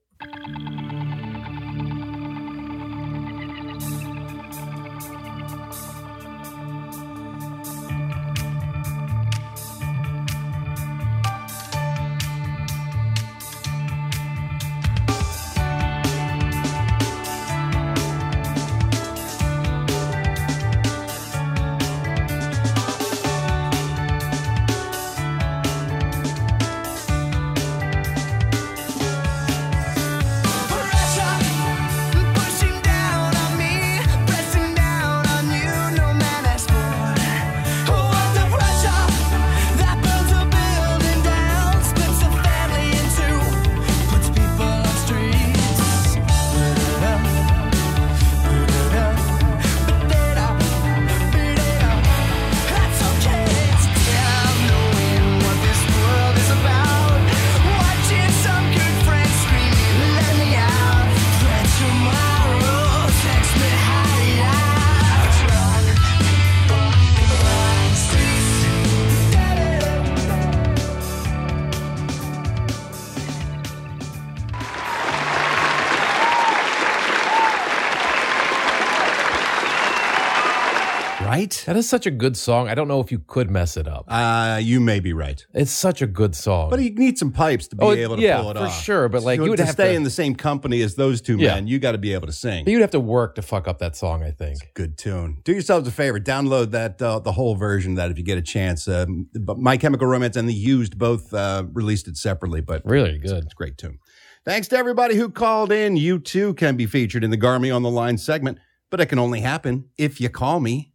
S2: Right?
S3: That is such a good song. I don't know if you could mess it up.
S2: Uh, you may be right.
S3: It's such a good song.
S2: But you need some pipes to be
S3: Oh, it-
S2: able to
S3: yeah,
S2: pull it
S3: for
S2: off.
S3: sure, but, like,
S2: So
S3: you would
S2: to
S3: have
S2: stay
S3: to-
S2: in the same company as those two
S3: Yeah.
S2: men, you got to be able to sing.
S3: But you'd have to work to fuck up that song, I think.
S2: Good tune. Do yourselves a favor. Download that uh, the whole version of that if you get a chance. Um, but My Chemical Romance and the Used both uh, released it separately, but
S3: Really
S2: it's,
S3: good.
S2: it's a great tune. Thanks to everybody who called in. You too can be featured in the Garmy on the Line segment, but it can only happen if you call me.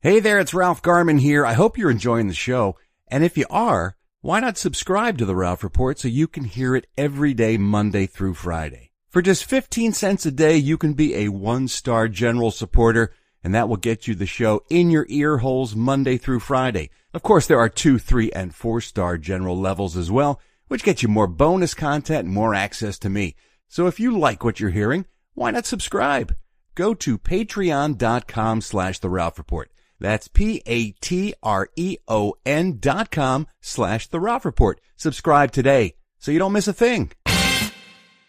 S2: Hey there, it's Ralph Garman here. I hope you're enjoying the show. And if you are, why not subscribe to The Ralph Report so you can hear it every day, Monday through Friday? For just 15 cents a day, you can be a one-star general supporter, and that will get you the show in your ear holes Monday through Friday. Of course, there are two, three, and four-star general levels as well, which get you more bonus content and more access to me. So if you like what you're hearing, why not subscribe? Go to patreon.com slash The Ralph Report. That's P-A-T-R-E-O-N E dot com slash The Ralph Report. Subscribe today so you don't miss a thing.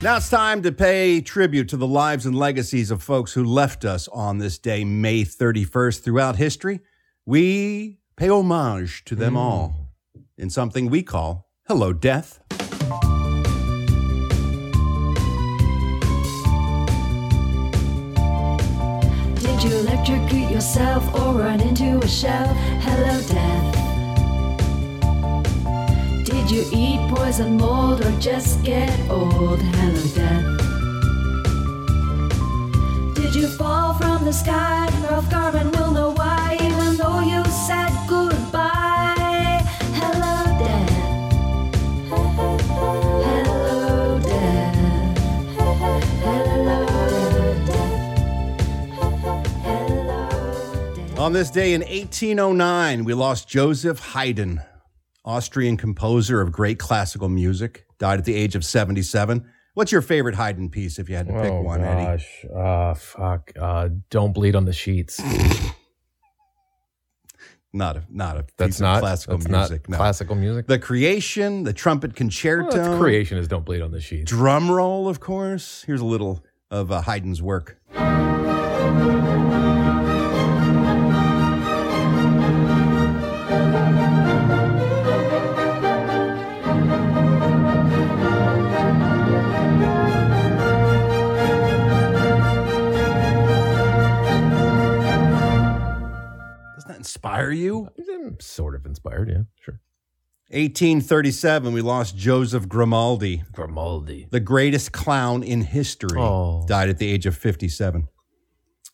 S2: Now it's time to pay tribute to the lives and legacies of folks who left us on this day, May 31st, throughout history. We pay homage to them all in something we call Hello Death.
S4: Did you electrocute yourself or run into a shell? Hello, death. Did you eat poison mold or just get old? Hello, death. Did you fall from the sky? Ralph Garman will know why, even though you said goodbye. Hello, death. Hello, death. Hello, death.
S2: On this day in 1809, we lost Joseph Haydn, Austrian composer of great classical music, died at the age of 77. What's your favorite Haydn piece if you had to pick
S3: oh
S2: one, Eddie?
S3: gosh, uh, fuck! Uh, don't bleed on the sheets.
S2: Not a not a piece
S3: That's not
S2: of classical
S3: that's not
S2: music. no.
S3: classical music.
S2: The creation, the trumpet
S3: Well,
S2: concerto,
S3: that's creation is don't bleed on the sheets.
S2: drum roll, of course. Here's a little of uh, Haydn's work.
S4: Hello,
S9: inspire you?
S3: I'm sort of inspired, yeah, sure.
S2: 1837, we lost Joseph Grimaldi.
S3: Grimaldi.
S2: The greatest clown in history.
S3: Oh.
S2: Died at the age of 57.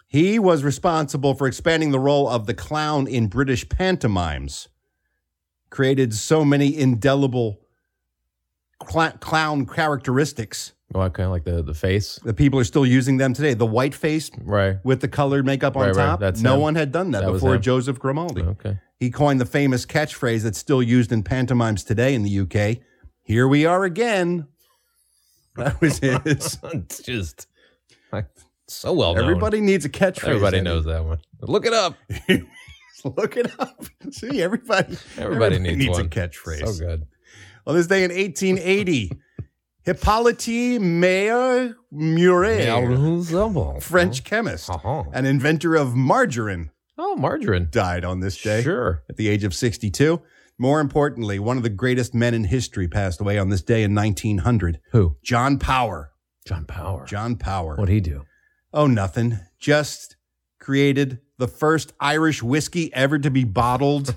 S2: He was responsible for expanding the role of the clown in British pantomimes, created so many indelible cla- clown characteristics.
S3: Oh, I kind of like the the face.
S2: The people are still using them today. The white face
S3: Right.
S2: with the colored makeup on
S3: Right, right.
S2: top.
S3: That's
S2: no
S3: him.
S2: one had done that,
S3: That was
S2: before
S3: him.
S2: Joseph
S3: [LAUGHS]
S2: Grimaldi.
S3: Okay.
S2: He coined the famous catchphrase that's still used in pantomimes today in the UK. Here we are again. [LAUGHS] That was his.
S3: it's just like, so well known.
S2: Everybody needs a catchphrase.
S3: Everybody
S2: Eddie. [LAUGHS]
S3: knows that one. Look it up.
S2: Look it up. [LAUGHS] See, everybody.
S3: Everybody, needs, one.
S2: a catchphrase.
S3: So good.
S2: On this day in
S3: [LAUGHS]
S2: 1880, Hippolyte Mayer Muret, French chemist
S3: Uh-huh.
S2: and inventor of margarine,
S3: Oh, margarine.
S2: died on this day
S3: Sure.
S2: at the age of 62. More importantly, one of the greatest men in history passed away on this day in 1900.
S3: Who?
S2: John Power.
S3: John Power.
S2: John Power.
S3: What'd he do?
S2: Oh, nothing. Just created the first Irish whiskey ever to be
S3: [LAUGHS]
S2: bottled.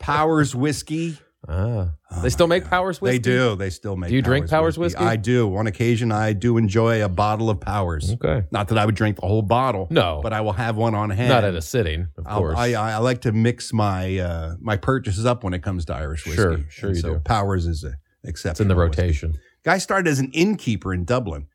S2: Powers whiskey.
S3: Ah.
S2: Oh
S3: they still make Powers whiskey?
S2: They do. They still make.
S3: Do you drink Powers whiskey?
S2: I do. On occasion, I do enjoy a bottle of Powers.
S3: Okay.
S2: Not that I would drink the whole bottle.
S3: Mm-hmm. No.
S2: but I will have one on hand.
S3: Not at a sitting, of
S2: I'll-
S3: course.
S2: I, I, I like to mix my uh, my purchases up when it comes to Irish whiskey.
S3: Sure, sure
S2: And
S3: you
S2: so
S3: do.
S2: Powers is a exception.
S3: it's in the rotation.
S2: Guy started as an innkeeper in Dublin,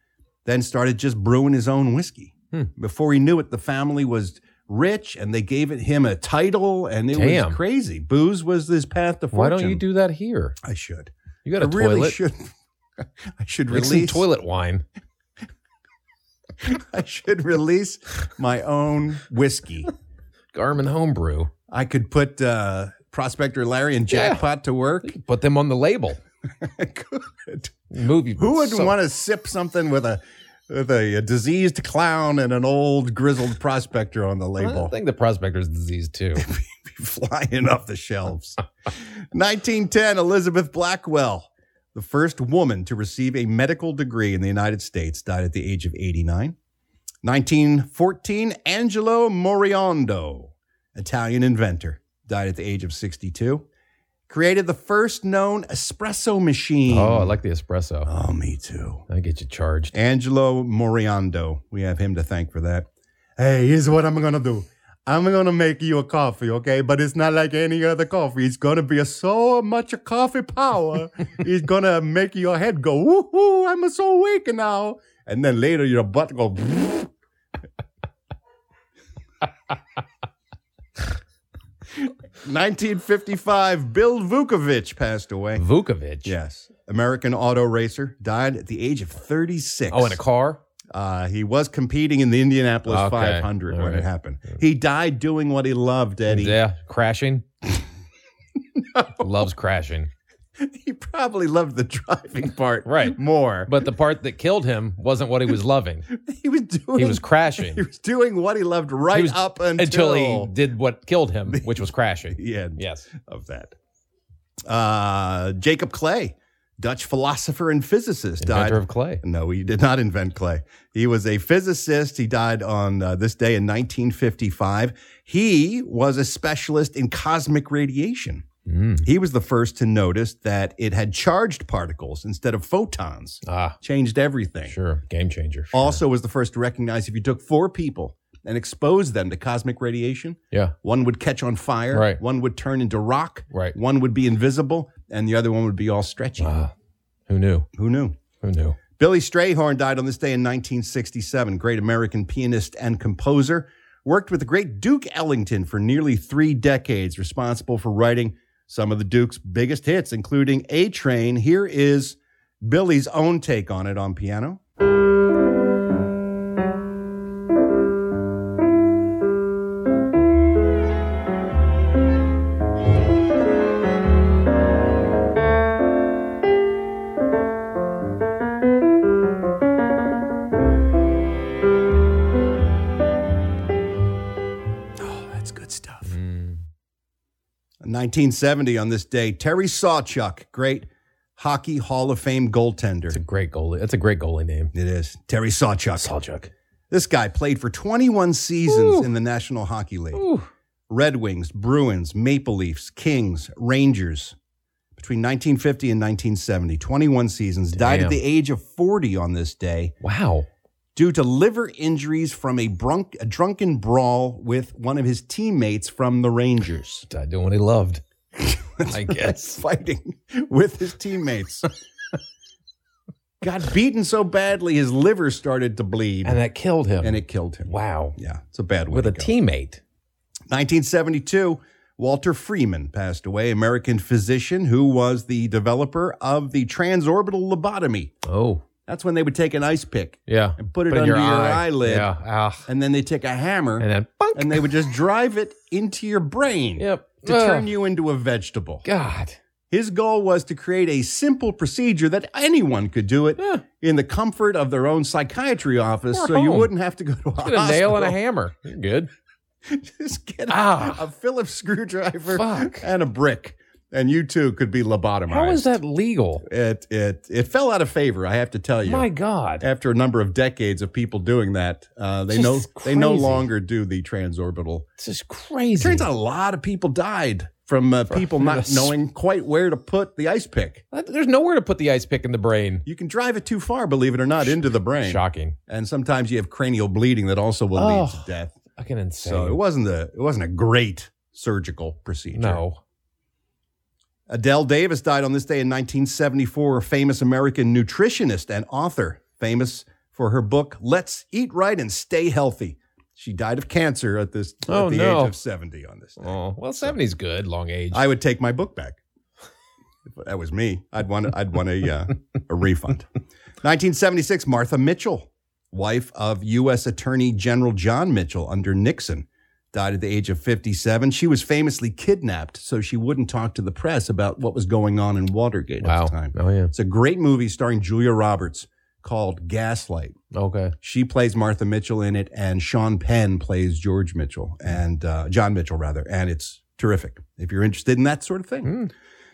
S2: then started just brewing his own whiskey.
S3: Hmm.
S2: Before he knew it, the family was rich, and they gave it him a title, and it
S3: Damn.
S2: was crazy. Booze was his path to fortune.
S3: Why don't you do that here?
S2: I should.
S3: You got
S2: I
S3: a
S2: really
S3: toilet.
S2: should. [LAUGHS] I should
S3: Make some
S2: release.
S3: toilet wine.
S2: I should release my own whiskey.
S3: Garmin homebrew.
S2: I could put uh, Prospector Larry and
S3: Yeah.
S2: Jackpot to work.
S3: Put them on the label.
S2: [LAUGHS] Good.
S3: Movie.
S2: Who would
S3: so-
S2: want to sip something with a with a, a diseased clown and an old grizzled prospector on the
S3: I
S2: label
S3: think the prospector's disease
S2: [LAUGHS]
S3: too.
S2: flying off the shelves? 1910, Elizabeth Blackwell, the first woman to receive a medical degree in the United States, died at the age of 89. 1914, Angelo Moriondo, Italian inventor, died at the age of 62. Created the first known espresso machine.
S3: oh, I like the espresso.
S2: Oh, me too.
S3: I get you charged.
S2: Angelo Moriando. We have him to thank for that. Hey, here's what I'm gonna do. I'm gonna make you a coffee, okay? But it's not like any other coffee. It's gonna be so much coffee
S3: [LAUGHS]
S2: power. it's gonna make your head go, woohoo, I'm so awake now. And then later your butt go. Nineteen fifty-five, Bill Vukovich passed away.
S3: Vukovic.
S2: Yes. American auto racer died at the age of 36.
S3: Oh, in a car.
S2: Uh, he was competing in the Indianapolis
S3: Okay.
S2: 500
S3: All
S2: when
S3: right.
S2: it happened. He died doing what he loved, Eddie.
S3: Yeah, crashing. Loves crashing.
S2: [LAUGHS] He probably loved the driving part
S3: Right.
S2: more.
S3: But the part that killed him wasn't what he
S2: [LAUGHS]
S3: was loving.
S2: he was doing
S3: He was
S2: [LAUGHS]
S3: crashing.
S2: he was doing what he loved right
S3: He was-
S2: up until,
S3: until he did what
S2: [LAUGHS]
S3: killed him, which was crashing.
S2: the end
S3: Yes.
S2: of that. Uh, Jacob Clay, Dutch philosopher and physicist, died
S3: Inventor of clay.
S2: No, he did not invent clay. He was a physicist. He died on uh, this day in 1955. He was a specialist in cosmic radiation.
S3: Mm.
S2: He was the first to notice that it had charged particles instead of photons.
S3: Ah,
S2: Changed everything.
S3: sure. Game changer. Sure.
S2: Also, was the first to recognize if you took four people and exposed them to cosmic radiation,
S3: Yeah.
S2: one would catch on fire,
S3: Right.
S2: one would turn into rock,
S3: Right.
S2: one would be invisible, and the other one would be all stretchy.
S3: Ah, who knew?
S2: Who knew?
S3: Who knew?
S2: Billy Strayhorn died on this day in 1967, great American pianist and composer. Worked with the great Duke Ellington for nearly three decades, responsible for writing some of the Duke's biggest hits, including A Train. Here is Billy's own take on it on piano. Oh, that's good stuff.
S3: Mm.
S2: In 1970, on this day, Terry Sawchuk, great Hockey Hall of Fame
S3: It's a
S2: goaltender.
S3: great goalie. That's a great goalie name.
S2: It is Terry Sawchuk.
S3: Sawchuk.
S2: This guy played for 21 seasons
S3: Ooh.
S2: in the National Hockey League.
S3: Ooh.
S2: Red Wings, Bruins, Maple Leafs, Kings, Rangers. Between 1950 and 1970, 21 seasons. Died at
S3: Damn.
S2: the age of 40 on this day.
S3: Wow.
S2: Due to liver injuries from a, brunk, a drunken brawl with one of his teammates from the Rangers.
S3: Died doing what
S2: [LAUGHS]
S3: he loved. I guess.
S2: Fighting with his
S3: [LAUGHS]
S2: teammates. Got beaten so badly his liver started to bleed.
S3: And that killed him.
S2: and it killed him.
S3: wow.
S2: Yeah, it's a bad way
S3: With
S2: to
S3: a
S2: go.
S3: teammate.
S2: 1972, Walter Freeman passed away, American physician who was the developer of the transorbital lobotomy.
S3: Oh.
S2: That's when they would take an ice pick
S3: Yeah.
S2: and put it under your, eyelid,
S3: Yeah. Ah.
S2: and then they take a hammer
S3: And then bunk.
S2: and they would just drive it into your brain
S3: Yep.
S2: to
S3: Ugh.
S2: turn you into a vegetable.
S3: God.
S2: His goal was to create a simple procedure that anyone could do it
S3: Yeah.
S2: in the comfort of their own psychiatry office,
S3: Or
S2: so you
S3: home.
S2: wouldn't have to go to a
S3: Get a nail and a
S2: hospital.
S3: hammer. You're good.
S2: Just get a,
S3: Ah.
S2: a Phillips screwdriver
S3: Fuck.
S2: and a brick, and you too could be lobotomized.
S3: How is that legal?
S2: It it it fell out of favor. I have to tell you.
S3: My God.
S2: After a number of decades of people doing that, uh, they
S3: This
S2: no
S3: is
S2: they no
S3: crazy.
S2: longer do the transorbital.
S3: This is crazy.
S2: Turns out a lot of people died from uh, people not
S3: this.
S2: knowing quite where to put the ice pick.
S3: That- There's nowhere to put the ice pick in the brain.
S2: You can drive it too far, believe it or not, into the brain.
S3: Shocking.
S2: And sometimes you have cranial bleeding that also will lead to
S3: Oh.
S2: death.
S3: Fucking insane.
S2: So it wasn't a it wasn't a great surgical procedure.
S3: no.
S2: Adele Davis died on this day in 1974, a famous American nutritionist and author, famous for her book Let's Eat Right and Stay Healthy. She died of cancer at this
S3: Oh,
S2: at the
S3: no.
S2: age of 70 on this day.
S3: Oh, well, 70's good. Long age.
S2: I would take my book back. If that was me. I'd want I'd want a uh, a refund. 1976, Martha Mitchell, wife of U.S. Attorney General John Mitchell under Nixon, died at the age of 57. She was famously kidnapped so she wouldn't talk to the press about what was going on in Watergate
S3: wow.
S2: at the time.
S3: Oh, yeah.
S2: It's a great movie starring Julia Roberts called Gaslight.
S3: Okay.
S2: She plays Martha Mitchell in it, and Sean Penn plays George Mitchell and uh, John Mitchell rather, and it's terrific if you're interested in that sort of thing.
S3: Hmm.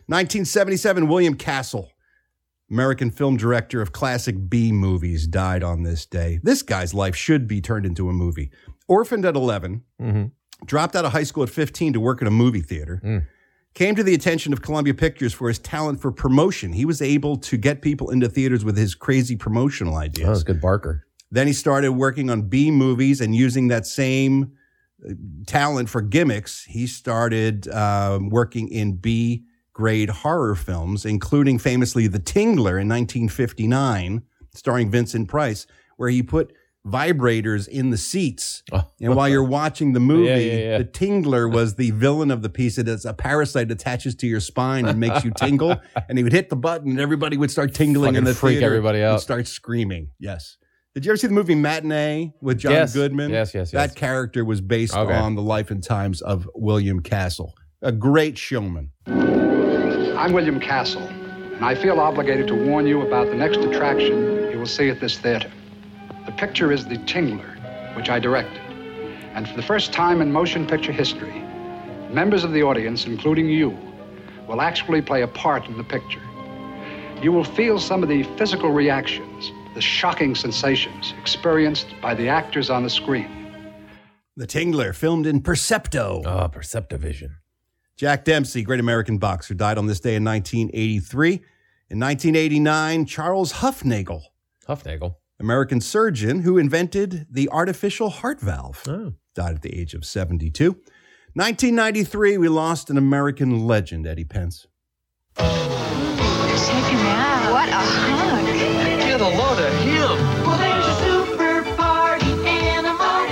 S2: 1977, William Castle, American film director of classic B movies, died on this day. This guy's life should be turned into a movie. Orphaned at 11,
S3: Mm-hmm.
S2: dropped out of high school at 15 to work at a movie theater.
S3: Mm.
S2: Came to the attention of Columbia Pictures for his talent for promotion. He was able to get people into theaters with his crazy promotional ideas.
S3: Oh, that's good Barker.
S2: Then he started working on B movies and using that same uh, talent for gimmicks. He started um, working in B grade horror films, including famously The Tingler in 1959, starring Vincent Price, where he put vibrators in the seats.
S3: [LAUGHS] Oh.
S2: And while you're watching the movie,
S3: Yeah, yeah, yeah.
S2: The Tingler was the villain of the piece. It is a parasite attaches to your spine and makes you
S3: [LAUGHS]
S2: tingle. and he would hit the button and everybody would start tingling in
S3: Fucking
S2: the
S3: freak
S2: theater
S3: everybody
S2: and
S3: out.
S2: start screaming. Yes. Did you ever see the movie Matinee with John
S3: Yes.
S2: Goodman?
S3: Yes, yes,
S2: That
S3: yes.
S2: character was based
S3: Okay.
S2: on the life and times of William Castle, a great showman.
S14: I'm William Castle, and I feel obligated to warn you about the next attraction you will see at this theater. The picture is The Tingler, which I directed. And for the first time in motion picture history, members of the audience, including you, will actually play a part in the picture. You will feel some of the physical reactions, the shocking sensations experienced by the actors on the screen.
S2: The Tingler, filmed in Percepto.
S3: Oh, Perceptivision.
S2: Jack Dempsey, great American boxer, died on this day in 1983. In 1989, Charles Huffnagel,
S3: Huffnagel.
S2: American surgeon who invented the artificial heart valve,
S3: Oh.
S2: died at the age of 72. 1993, we lost an American legend, Eddie Pence.
S15: Check him out. What a hunk. Get a load of him. Well, there's a super party animal.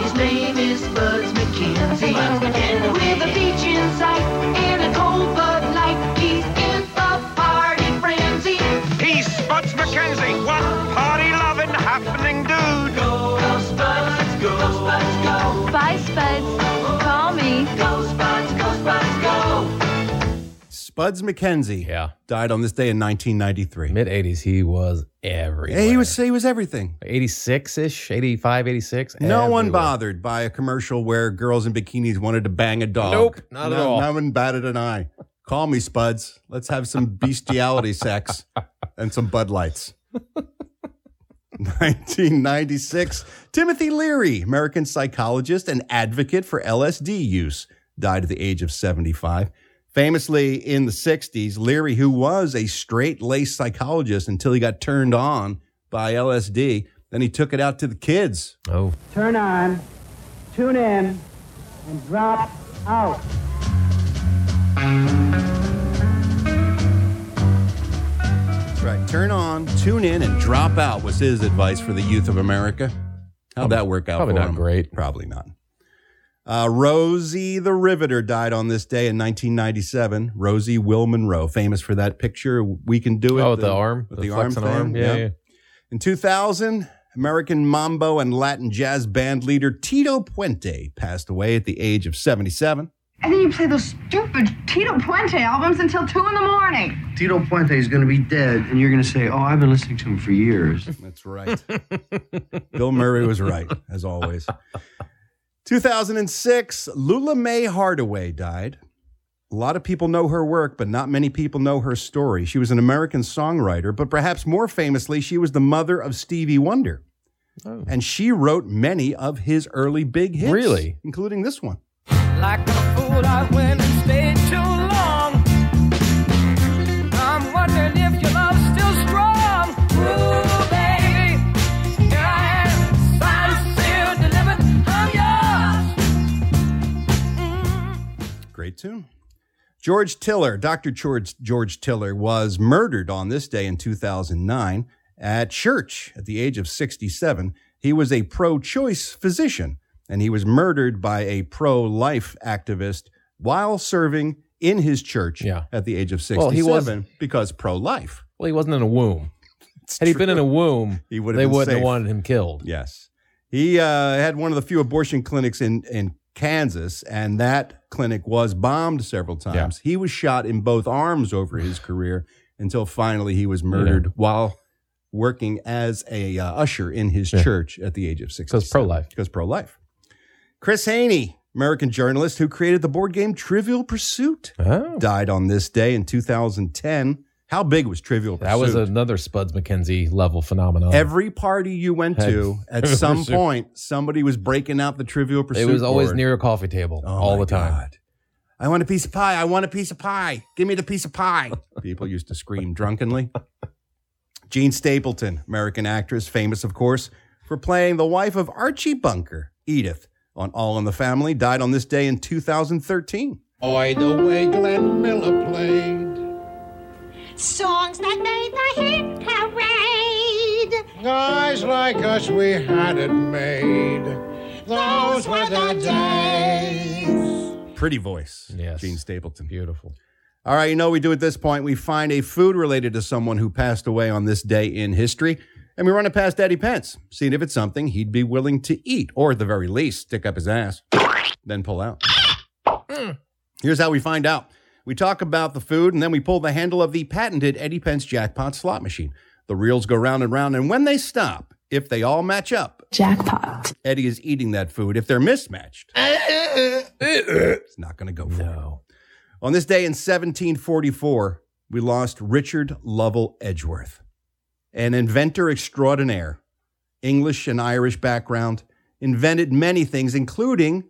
S15: His name is Buzz McKenzie. And with a peach in sight and a cold Bud Light, he's in the party frenzy.
S1: He's Spuds McKenzie, one party loving happening dude. Go, go Spuds, go, go Spuds, go.
S15: Bye, Spuds. Call me. Go, Spuds, go, Spuds, go.
S2: Spuds McKenzie
S3: Yeah.
S2: died on this day in 1993.
S3: Mid 80s, he was everywhere.
S2: Yeah, he was he was everything.
S3: 86 ish, 85, 86.
S2: No one
S3: everywhere.
S2: bothered by a commercial where girls in bikinis wanted to bang a dog.
S3: Nope, not at
S2: no,
S3: all.
S2: No one batted an eye. Call me Spuds.
S3: [LAUGHS]
S2: [LAUGHS] Let's have some bestiality sex and some Bud Lights. 1996, Timothy Leary, American psychologist and advocate for LSD use, died at the age of 75. Famously in the 60s, Leary, who was a straight laced psychologist until he got turned on by LSD, then he took it out to the kids.
S3: Oh.
S16: Turn on, tune in, and drop out.
S2: Right. Turn on, tune in, and drop out was his advice for the youth of America. How'd that work out
S3: Probably
S2: for
S3: not
S2: him?
S3: great.
S2: Probably not. Uh, Rosie the Riveter died on this day in 1997. Rosie Will Monroe, famous for that picture. We can do it.
S3: Oh, with the arm,
S2: with
S3: the
S2: the, arm
S3: flexing
S2: thing.
S3: arm. Yeah, yeah.
S2: In 2000, American mambo and Latin jazz band leader Tito Puente passed away at the age of 77.
S17: And then you play those stupid Tito Puente albums until two in the morning.
S18: Tito Puente is going to be dead, and you're going to say, "Oh, I've been listening to him for years."
S2: That's right. Bill Murray was right, as always. 2006, Lula Mae Hardaway died. A lot of people know her work, but not many people know her story. She was an American songwriter, but perhaps more famously, she was the mother of Stevie Wonder. And she wrote many of his early big hits.
S3: Really?
S2: Including this one.
S15: Like a fool, I went and stayed too long. I'm wondering if your love's still strong. Ooh, baby. Here I am, signed, sealed, delivered. I'm yours. Mm-hmm.
S2: Great tune. George Tiller, Dr. George, George Tiller, was murdered on this day in 2009 at church at the age of 67. He was a pro choice physician and he was murdered by a pro life activist while serving in his church at the age of 67
S3: Well, he was-
S2: because pro life.
S3: Well, he wasn't in a womb. Had he been in a womb,
S2: he would have
S3: they
S2: been
S3: wouldn't
S2: safe.
S3: have wanted him killed.
S2: Yes. He uh, had one of the few abortion clinics in, in Kansas, and that clinic was bombed several times. He was shot in both arms over
S3: [SIGHS]
S2: his career until finally he was murdered while working as a uh, usher in his church at the age of 60. Because pro life. Because pro life. Chris Haney, American journalist who created the board game Trivial Pursuit,
S3: Oh.
S2: died on this day in 2010. How big was Trivial Pursuit?
S3: That was another Spuds McKenzie level phenomenon.
S2: Every party you went
S3: Had
S2: to, at
S3: [LAUGHS] Trivial
S2: some
S3: Pursuit.
S2: point, somebody was breaking out the Trivial Pursuit.
S3: it was always
S2: board.
S3: near a coffee table
S2: Oh
S3: all
S2: my
S3: the time.
S2: God. I want a piece of pie. I want a piece of pie. Give me the piece of
S3: [LAUGHS]
S2: pie. People used to scream drunkenly. Jean Stapleton, American actress, famous, of course, for playing the wife of Archie Bunker, Edith, on All in the Family, died on this day in 2013.
S7: Why the way Glenn Miller played.
S15: Songs that made the hit parade.
S7: Guys like us, we had it made. Those were the days.
S2: Pretty voice.
S3: Yes.
S2: Jean Stapleton.
S3: Beautiful.
S2: All right, you know what we do at this point. We find a food related to someone who passed away on this day in history, and we run it past Eddie Pence, seeing if it's something he'd be willing to eat, or at the very least, stick up his ass, then pull out. Here's how we find out. We talk about the food, and then we pull the handle of the patented Eddie Pence jackpot slot machine. The reels go round and round, and when they stop, if they all match up,
S15: Jackpot.
S2: Eddie is eating that food. If they're mismatched, it's not going to go for
S3: Oh.
S2: it. On this day in 1744, we lost Richard Lovell Edgeworth, an inventor extraordinaire, English and Irish background, invented many things, including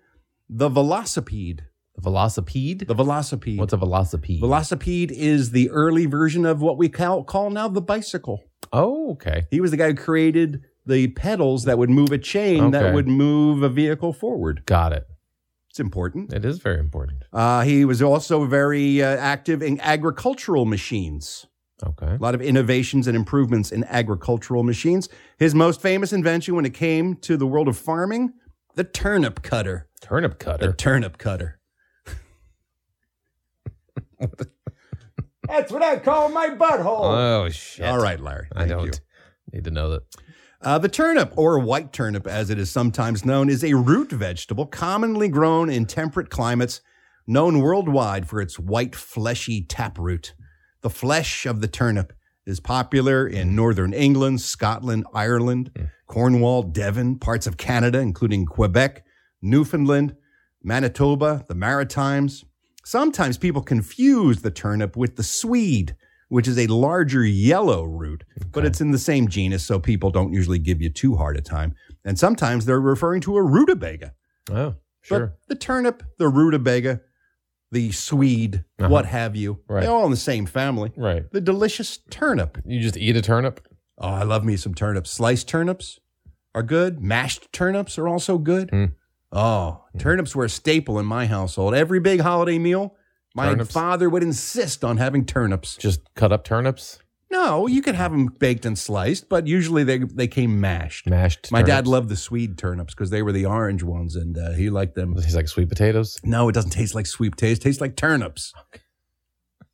S2: the velocipede. The velocipede? The velocipede. What's
S3: a velocipede?
S2: Velocipede is the early version of what we call, call now the bicycle.
S3: Oh, okay.
S2: He was the guy who created the pedals that would move a chain that
S3: Okay.
S2: would move a vehicle forward.
S3: Got it.
S2: It's important.
S3: It is very important.
S2: Uh, he was also very uh, active in agricultural machines.
S3: Okay.
S2: A lot of innovations and improvements in agricultural machines. His most famous invention when it came to the world of farming, the turnip cutter.
S3: Turnip cutter.
S2: The turnip cutter.
S19: That's what I call my butthole.
S3: Oh shit!
S2: All right, Larry.
S3: I don't need to know that.
S2: Uh, the turnip, or white turnip as it is sometimes known, is a root vegetable commonly grown in temperate climates, known worldwide for its white, fleshy taproot. The flesh of the turnip is popular in northern England, Scotland, Ireland, Cornwall, Devon, parts of Canada, including Quebec, Newfoundland, Manitoba, the Maritimes. Sometimes people confuse the turnip with the swede, which is a larger yellow root, but it's in the same genus, so people don't usually give you too hard a time. And sometimes they're referring to a rutabaga.
S3: Oh, sure.
S2: the turnip, the rutabaga, the Swede,
S3: Uh-huh.
S2: what have you,
S3: Right.
S2: they're all in the same family.
S3: Right.
S2: The delicious turnip.
S3: You just eat a turnip?
S2: Oh, I love me some turnips. Sliced turnips are good. Mashed turnips are also good.
S3: Hmm.
S2: Oh, turnips were a staple in my household. Every big holiday meal, my
S3: Turnips?
S2: father would insist on having turnips.
S3: Just cut up turnips?
S2: No, you could have them baked and sliced, but usually they they came mashed.
S3: Mashed.
S2: My dad
S3: turnips?
S2: loved the Swede turnips because they were the orange ones, and uh, he liked them.
S3: Tastes like sweet potatoes.
S2: No, it doesn't taste like sweet potatoes. It tastes like turnips.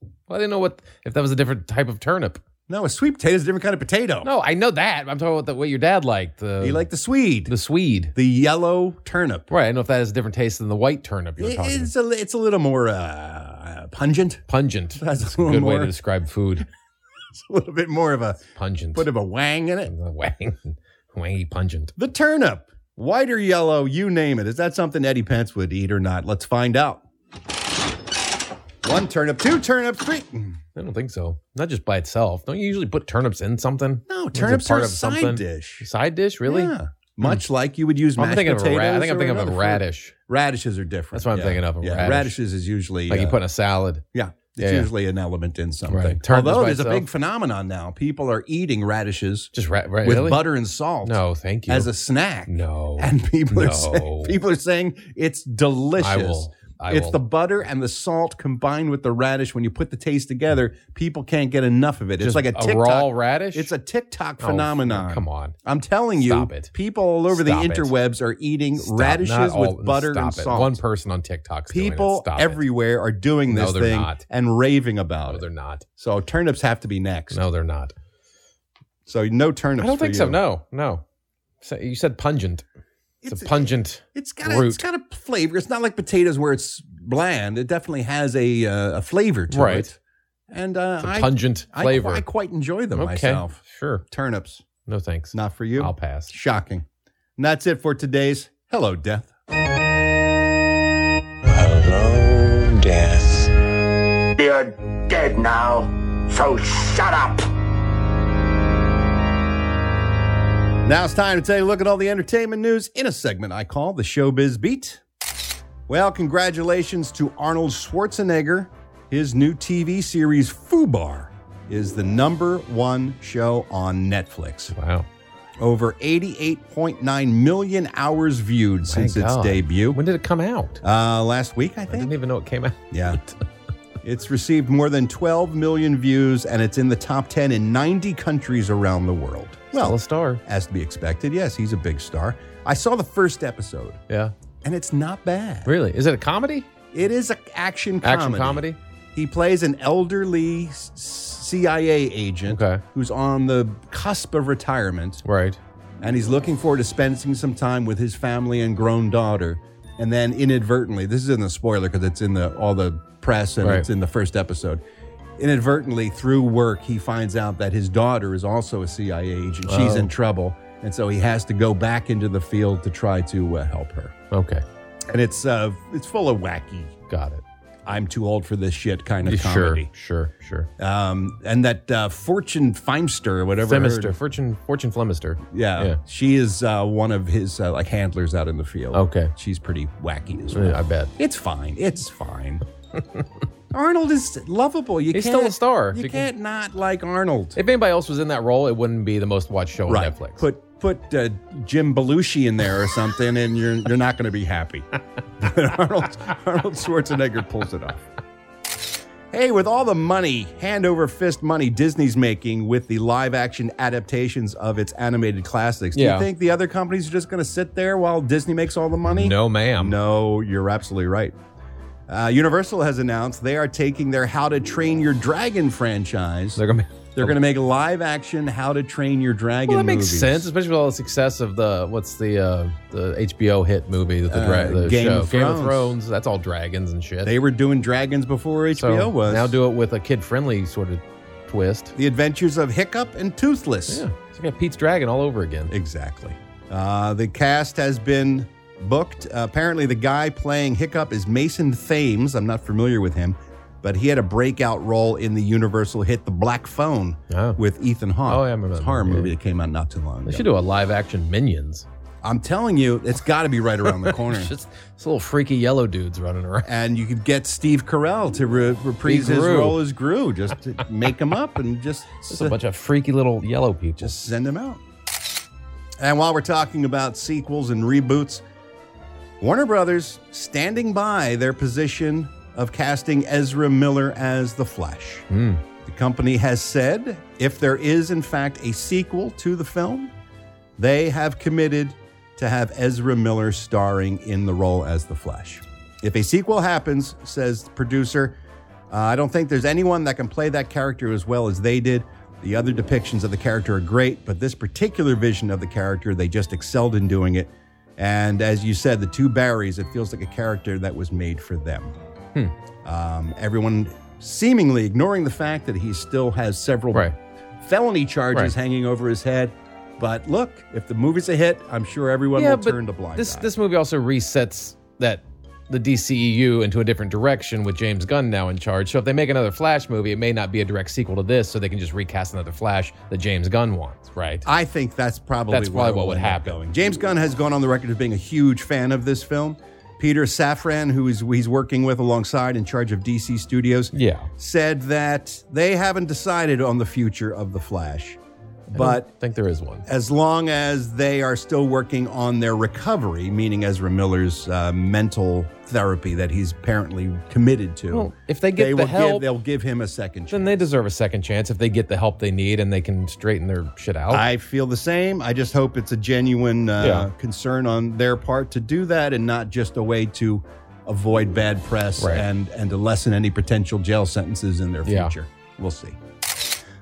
S3: Well, I didn't know what if that was a different type of turnip.
S2: No, a sweet potato is a different kind of potato.
S3: No, I know that. I'm talking about the, what your dad liked. The,
S2: He liked the Swede,
S3: the Swede.
S2: the yellow turnip.
S3: Right. I don't know if that has a different taste than the white turnip you were talking
S2: It's a it's a little more uh, pungent. [LAUGHS]
S3: Pungent.
S2: That's a
S3: about.
S2: little
S3: Good
S2: more,
S3: way to describe food.
S2: it's a little bit more of a
S3: Pungent.
S2: bit of a wang in it.
S3: [LAUGHS] Wang, wangy pungent.
S2: The turnip, white or yellow, you name it. Is that something Eddie Pence would eat or not? Let's find out. One turnip, two turnips, three. Mm,
S3: I don't think so. Not just by itself. Don't you usually put turnips in something?
S2: No,
S3: Is it
S2: turnips
S3: part
S2: are a
S3: of
S2: side
S3: something?
S2: dish.
S3: Side dish, really? Hmm.
S2: Yeah. Much like you would use
S3: I'm
S2: mashed
S3: thinking of a
S2: potatoes.
S3: ra- I think I'm
S2: or
S3: thinking of a
S2: another fruit.
S3: raddish.
S2: Radishes are different.
S3: That's what I'm thinking of, a
S2: yeah.
S3: radish.
S2: Radishes is usually
S3: Like you
S2: uh,
S3: put in a salad.
S2: Yeah. It's
S3: Yeah, yeah.
S2: usually an element in something.
S3: Right. Turnip
S2: Although
S3: by
S2: there's a
S3: itself.
S2: big phenomenon now. People are eating radishes
S3: Just ra- ra-
S2: with
S3: really?
S2: butter and salt
S3: No, thank you.
S2: as a snack.
S3: no,
S2: And people are saying
S3: No.
S2: people are saying it's delicious.
S3: I will. I
S2: it's
S3: will.
S2: the butter and the salt combined with the radish. When you put the taste together, people can't get enough of it.
S3: Just
S2: it's like a
S3: a
S2: TikTok
S3: raw radish?
S2: It's a TikTok
S3: Oh,
S2: phenomenon.
S3: come on.
S2: I'm telling you,
S3: Stop it.
S2: people all over
S3: Stop
S2: the
S3: it.
S2: interwebs are eating
S3: Stop.
S2: radishes
S3: Not all-
S2: with butter
S3: stop
S2: and
S3: it.
S2: salt.
S3: One person on TikTok's doing it.
S2: people
S3: Stop it.
S2: everywhere are doing
S3: No,
S2: this
S3: they're
S2: thing
S3: not.
S2: and raving about
S3: No,
S2: it.
S3: they're not.
S2: So turnips have to be next.
S3: No, they're not.
S2: So no turnips.
S3: I don't
S2: for
S3: think so.
S2: you.
S3: No, no. So- You said pungent. It's,
S2: It's-
S3: a pungent.
S2: It's got a,
S3: root.
S2: it's got a flavor. It's not like potatoes where it's bland. It definitely has a uh, a flavor to
S3: Right.
S2: it. And uh,
S3: It's a
S2: I-
S3: pungent
S2: I,
S3: flavor.
S2: I, quite enjoy them
S3: okay,
S2: myself.
S3: sure.
S2: Turnips,
S3: No thanks.
S2: not for you.
S3: I'll pass.
S2: Shocking. And that's it for today's Hello Death.
S1: Hello, death. You're dead now, so shut up.
S2: Now it's time to take a look at all the entertainment news in a segment I call the Showbiz Beat. Well, congratulations to Arnold Schwarzenegger. His new TV series Fubar is the number one show on Netflix.
S3: Wow.
S2: over 88.9 million hours viewed since its
S3: God.
S2: debut.
S3: When did it come out?
S2: Uh, last week, I
S3: I didn't
S2: think.
S3: even know it came out. [LAUGHS]
S2: Yeah. it's received more than 12 million views and it's in the top 10 in 90 countries around the world.
S3: Still
S2: Well,
S3: a star.
S2: as to be expected, yes, he's a big star. I saw the first episode
S3: Yeah.
S2: and it's not bad.
S3: Really? Is it a comedy?
S2: It is an action comedy.
S3: Action comedy?
S2: He plays an elderly s- CIA agent
S3: Okay.
S2: who's on the cusp of retirement.
S3: Right.
S2: and he's looking forward to spending some time with his family and grown daughter. And then inadvertently, this isn't a spoiler because it's in the all the press and
S3: Right.
S2: it's in the first episode. Inadvertently, through work, he finds out that his daughter is also a CIA agent. She's
S3: Oh.
S2: in trouble, and so he has to go back into the field to try to uh, help her.
S3: Okay.
S2: And it's uh, it's full of wacky,
S3: Got it.
S2: I'm too old for this shit kind of
S3: sure.
S2: comedy.
S3: Sure. Sure.
S2: Um, and that uh, Fortune Feimster, whatever, her-
S3: Flemister. Fortune. Fortune Flemister.
S2: yeah,
S3: Yeah.
S2: she is uh, one of his uh, like handlers out in the field.
S3: Okay.
S2: She's pretty wacky as well.
S3: Yeah, I bet.
S2: It's fine. It's
S3: [LAUGHS]
S2: fine. Arnold is lovable. You
S3: He's
S2: can't,
S3: still a star.
S2: You
S3: If you
S2: can't not like Arnold.
S3: If anybody else was in that role, it wouldn't be the most watched show on Netflix.
S2: Put put uh, Jim Belushi in there or something, and you're you're not going to be happy. [LAUGHS] But Arnold Arnold Schwarzenegger pulls it off. Hey, with all the money, hand over fist money Disney's making with the live action adaptations of its animated classics, do
S3: Yeah.
S2: you think the other companies are just going to sit there while Disney makes all the money?
S3: no, ma'am.
S2: No, you're absolutely right. Uh, Universal has announced they are taking their How to Train Your Dragon franchise.
S3: They're gonna.
S2: They're going to make live action How to Train Your Dragon
S3: Oh. Well, that makes
S2: movies.
S3: sense, especially with all the success of the what's the uh, the HBO hit movie that the, dra-
S2: Uh,
S3: the
S2: Game
S3: show
S2: of
S3: Game of
S2: Thrones.
S3: Thrones. That's all dragons and shit.
S2: They were doing dragons before HBO
S3: so
S2: was.
S3: now do it with a kid friendly sort of twist.
S2: The Adventures of Hiccup and Toothless.
S3: Yeah, it's like a Pete's Dragon all over again.
S2: Exactly. Uh, the cast has been booked. Uh, apparently, the guy playing Hiccup is Mason Thames. I'm not familiar with him. but he had a breakout role in the Universal hit The Black Phone with Ethan Hawke. Oh, yeah, I remember that. horror movie that came out not too long ago.
S3: They should do a live action Minions.
S2: I'm telling you, it's got to be right around
S3: [LAUGHS]
S2: the corner.
S3: It's just it's little freaky yellow dudes running around. [LAUGHS]
S2: And you could get Steve Carell to re- reprise
S3: Be
S2: his
S3: Gru.
S2: role as Gru, just to make him up and just
S3: Just a bunch of freaky little yellow people.
S2: Just send him out. And while we're talking about sequels and reboots, Warner Brothers standing by their position of casting Ezra Miller as the Flash. The company has said if there is, in fact, a sequel to the film, they have committed to have Ezra Miller starring in the role as the Flash. If a sequel happens, says the producer, uh, I don't think there's anyone that can play that character as well as they did. The other depictions of the character are great, but this particular vision of the character, they just excelled in doing it. And as you said, the two Barrys, it feels like a character that was made for them.
S3: Hmm.
S2: Um, everyone seemingly ignoring the fact that he still has several felony charges
S3: Right.
S2: hanging over his head. But look, if the movie's a hit, I'm sure everyone will turn to blind
S3: this
S2: eye.
S3: this movie also resets that the DCEU into a different direction with James Gunn now in charge. So if they make another Flash movie, it may not be a direct sequel to this, so they can just recast another Flash that James Gunn wants, right?
S2: I think that's probably
S3: That's probably
S2: where
S3: what
S2: we'll
S3: would
S2: end up
S3: happen.
S2: going. James Gunn has gone on the record as being a huge fan of this film. Peter Safran, who is he's working with alongside in charge of DC Studios,
S3: Yeah.
S2: said that they haven't decided on the future of the Flash, but
S3: I think there is one.
S2: as long as they are still working on their recovery, meaning Ezra Miller's uh, mental therapy that he's apparently committed to.
S3: Well, if they get the
S2: will give,
S3: help-
S2: they'll give him a second chance.
S3: Then they deserve a second chance if they get the help they need and they can straighten their shit out.
S2: I feel the same. I just hope it's a genuine uh,
S3: Yeah.
S2: concern on their part to do that and not just a way to avoid bad press
S3: Right.
S2: and, and to lessen any potential jail sentences in their
S3: Yeah.
S2: future. We'll see.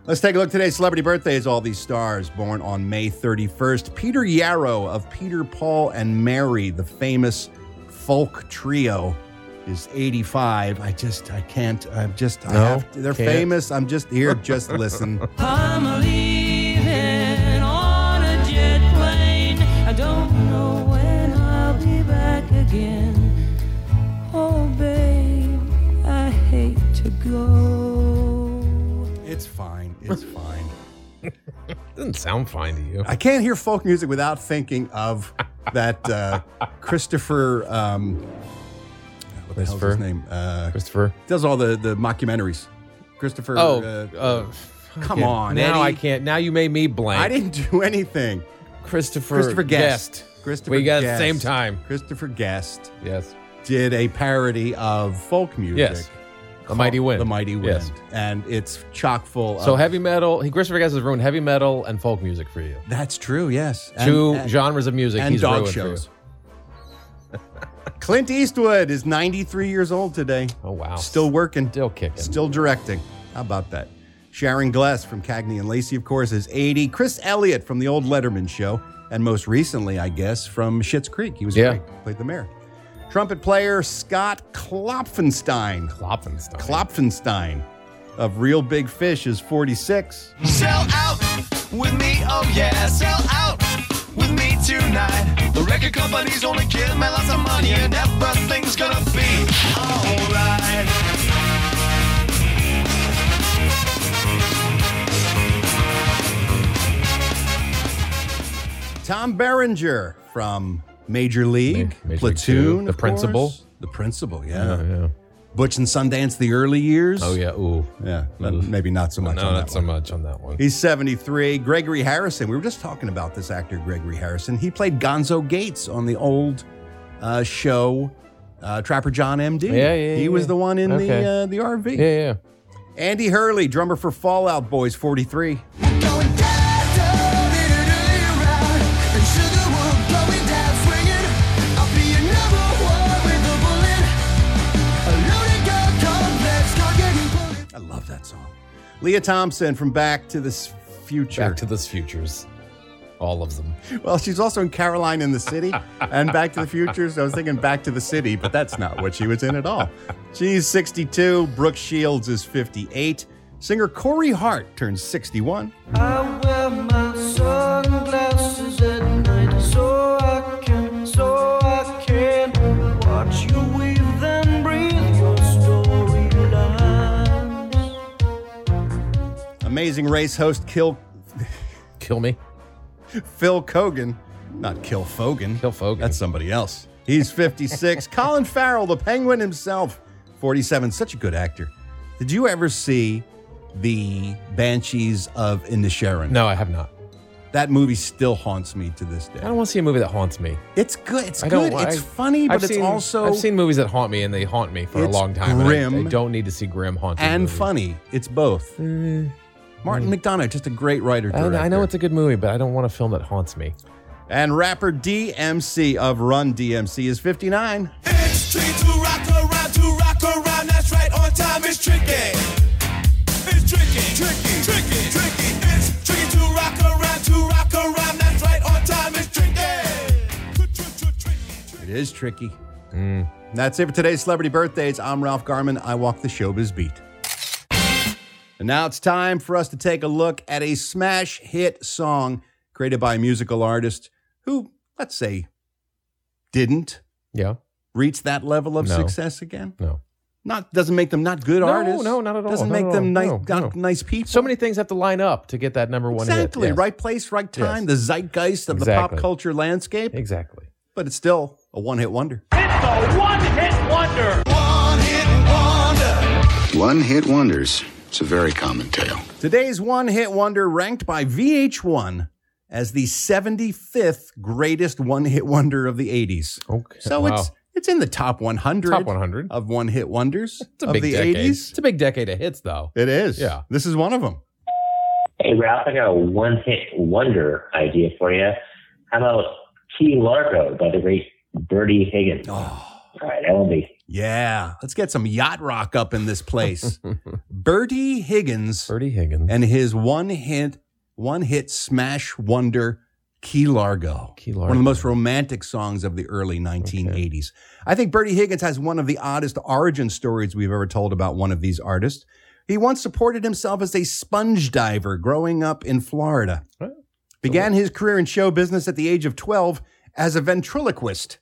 S2: Let's take a look today. Celebrity birthdays, all these stars born on May 31st. Peter Yarrow of Peter, Paul, and Mary, the famous folk trio, is 85. I just, I can't, I'm just, I
S3: No,
S2: have to, they're
S3: can't.
S2: famous. I'm just here, just
S3: [LAUGHS]
S2: listen.
S15: I'm leaving on a jet plane. I don't know when I'll be back again. Oh, babe, I hate to go.
S2: It's fine. It's fine.
S3: doesn't sound fine to you.
S2: I can't hear folk music without thinking
S3: [LAUGHS]
S2: of that uh, Christopher. Um, what the hell's
S3: Christopher?
S2: his name? Uh,
S3: Christopher.
S2: does all the the mockumentaries. Christopher.
S3: Oh,
S2: uh,
S3: uh,
S2: come
S3: okay.
S2: on.
S3: Now I
S2: Eddie.
S3: can't. Now you made me blank.
S2: I didn't do anything.
S3: Christopher.
S2: Christopher Guest. Christopher.
S3: we got
S2: Guest.
S3: the same time.
S2: Christopher Guest
S3: Yes.
S2: did a parody of folk music.
S3: Yes. The Mighty
S2: called
S3: Wind.
S2: The Mighty Wind.
S3: Yes.
S2: And it's chock full.
S3: So
S2: of,
S3: heavy metal. He Christopher Guest has ruined heavy metal and folk music for you.
S2: That's true. Yes. And-
S3: Two
S2: and-
S3: genres of music.
S2: and
S3: he's
S2: dog
S3: ruined for you.
S2: shows. [LAUGHS] Clint Eastwood is 93 years old today.
S3: Oh wow.
S2: Still working.
S3: Still kicking.
S2: Still directing. How about that? Sharon Glass from Cagney and Lacey, of course, is 80. Chris Elliott from the old Letterman show, and most recently, I guess, from Schitt's Creek. He was
S3: Yeah.
S2: great. Played the mayor. Trumpet player Scott Klopfenstein.
S3: Klopfenstein.
S2: Klopfenstein of Real Big Fish is 46.
S1: Sell out with me, oh yeah, sell out with me tonight. The record companies only give me lots of money and everything's gonna be alright.
S2: Tom Berenger from Major League,
S3: Major League
S2: Platoon,
S3: Two, The
S2: of
S3: Principal.
S2: course. the principal, yeah. Butch and Sundance, the early years.
S3: Oh yeah. Ooh.
S2: yeah. but Maybe not so much.
S3: No,
S2: on
S3: not
S2: that
S3: so much on that one.
S2: He's 73. Gregory Harrison. We were just talking about this actor, Gregory Harrison. He played Gonzo Gates on the old uh, show uh, Trapper John MD.
S3: Yeah, yeah,
S2: He
S3: yeah.
S2: was the one in
S3: Okay.
S2: the uh, the RV.
S3: yeah, yeah.
S2: Andy Hurley, drummer for Fallout Boys, 43. I love that song. Leah Thompson from Back to the S- Future.
S3: Back to the Futures. All of them.
S2: Well, she's also in Caroline in the City and Back to the Future. So I was thinking Back to the City, but that's not what she was in at all. She's 62. Brooke Shields is 58. Singer Corey Hart turns 61.
S15: I wear my sunglasses at night so I can, so I can watch you weave and breathe your storyline.
S2: Amazing Race host Kill
S3: Kill me.
S2: Phil Kogan, not Kill Fogan.
S3: Kill Fogan.
S2: That's somebody else. He's
S3: [LAUGHS]
S2: 56. Colin Farrell, the penguin himself, 47. Such a good actor. Did you ever see the Banshees of Inisherin?
S3: No, I have not.
S2: That movie still haunts me to this day.
S3: I don't want to see a movie that haunts me.
S2: It's good. It's
S3: I don't.
S2: good.
S3: I-
S2: it's funny,
S3: I've
S2: but it's
S3: seen-
S2: also
S3: I've seen movies that haunt me, and they haunt me for a
S2: It's
S3: long time. and I-
S2: grim
S3: I, don't need to see grim haunting
S2: and
S3: movies. Eh. Hmm.
S2: funny. It's both. Martin McDonough, just a great writer.
S3: I, I know
S2: director.
S3: it's a good movie, but I don't want a film that haunts me.
S2: And rapper DMC of Run DMC is 59.
S1: It's tricky to rock around, to rock around. That's right, on time is tricky. It's tricky, tricky, tricky, tricky. It's tricky to rock around, to rock around. That's right, on time is tricky.
S2: It is tricky.
S3: Mm.
S2: That's it for today's celebrity birthdays. I'm Ralph Garman. I walk the showbiz beat. And now it's time for us to take a look at a smash hit song created by a musical artist who, let's say, didn't
S3: Yeah.
S2: reach that level of
S3: No.
S2: success again.
S3: No.
S2: Not doesn't make them not good
S3: No,
S2: artists.
S3: no, not at all.
S2: Doesn't
S3: Not
S2: make
S3: at
S2: them
S3: all.
S2: nice,
S3: No,
S2: not
S3: no.
S2: nice people.
S3: So many things have to line up to get that number one. hit.
S2: exactly.
S3: Yes.
S2: Right place, right time.
S3: Yes.
S2: The zeitgeist of the
S3: Exactly.
S2: pop culture landscape.
S3: Exactly.
S2: But it's still a one-hit wonder.
S1: It's a one hit wonder. One hit wonder.
S20: One hit wonders. It's a very common tale.
S2: Today's one hit wonder ranked by VH1 as the 75th greatest one hit wonder of the 80s.
S3: Okay.
S2: So
S3: Wow.
S2: it's it's in the top 100,
S3: Top 100.
S2: of one hit wonders
S3: It's a
S2: of
S3: big
S2: the
S3: decade.
S2: 80s.
S3: It's a big decade of hits, though.
S2: It is.
S3: Yeah.
S2: This is one of them.
S21: Hey, Ralph, I got a one hit wonder idea for you. How about Key Largo by the great Bertie Higgins? All right, that will be.
S2: Oh, Yeah. Let's get some yacht rock up in this
S3: [LAUGHS]
S2: place. Bertie Higgins
S3: Bertie Higgins.
S2: and his one hit one hit smash wonder Key Largo.
S3: Key
S2: One of
S3: Largo.
S2: the most romantic songs of the early 1980s. I think Bertie Higgins has one of the oddest origin stories we've ever told about one of these artists. He once supported himself as a sponge diver growing up in Florida.
S3: Huh?
S2: Began his career in show business at the age of 12 as a ventriloquist.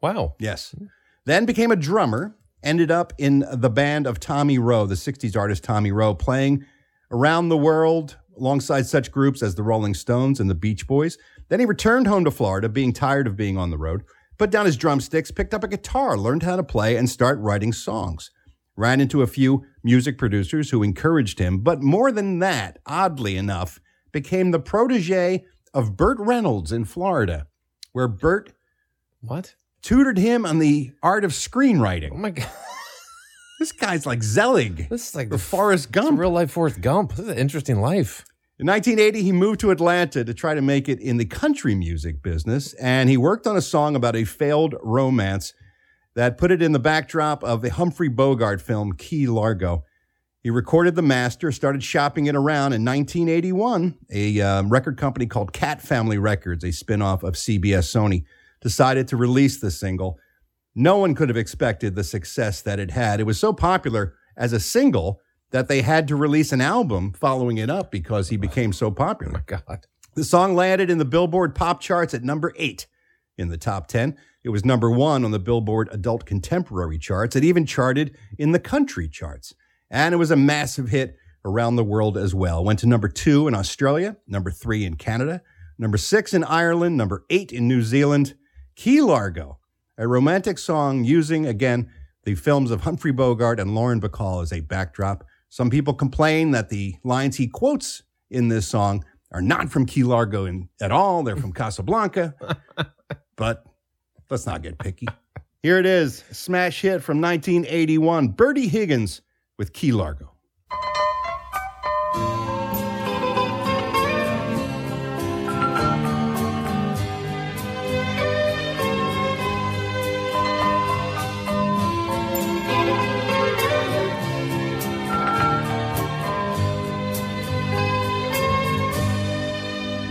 S3: Wow.
S2: Yes. Mm-hmm. Then became a drummer, ended up in the band of Tommy Rowe, the 60s artist Tommy Rowe, playing around the world alongside such groups as the Rolling Stones and the Beach Boys. Then he returned home to Florida, being tired of being on the road, put down his drumsticks, picked up a guitar, learned how to play, and start writing songs. Ran into a few music producers who encouraged him, but more than that, oddly enough, became the protege of Burt Reynolds in Florida, where Burt
S3: What?
S2: tutored him on the art of
S3: Oh
S2: screenwriting.
S3: my god. [LAUGHS]
S2: This guy's like Zelig,
S3: This is like
S2: the
S3: the
S2: Forrest
S3: it's a
S2: Gump.
S3: real life Forrest Gump. This is an interesting life.
S2: In 1980, he moved to Atlanta to try to make it in the country music business, and he worked on a song about a failed romance that put it in the backdrop of the Humphrey Bogart film Key Largo. He recorded the master, started shopping it around in 1981. A um, record company called Cat Family Records, a spinoff of CBS Sony, decided to release the single. No one could have expected the success that it had. It was so popular as a single that they had to release an album following it up because he became so
S3: Oh my
S2: popular.
S3: god.
S2: The song landed in the Billboard pop charts at number eight in the top 10. It was number one on the Billboard adult contemporary charts. It even charted in the country charts. And it was a massive hit around the world as well. Went to number two in Australia, number three in Canada, number six in Ireland, number eight in New Zealand. Key Largo, a romantic song using, again, the films of Humphrey Bogart and Lauren Bacall as a backdrop. Some people complain that the lines he quotes in this song are not from Key Largo in, at all. They're
S3: [LAUGHS]
S2: from Casablanca. but let's not get
S3: [LAUGHS]
S2: picky. Here it is smash hit from 1981 Bertie Higgins with Key Largo.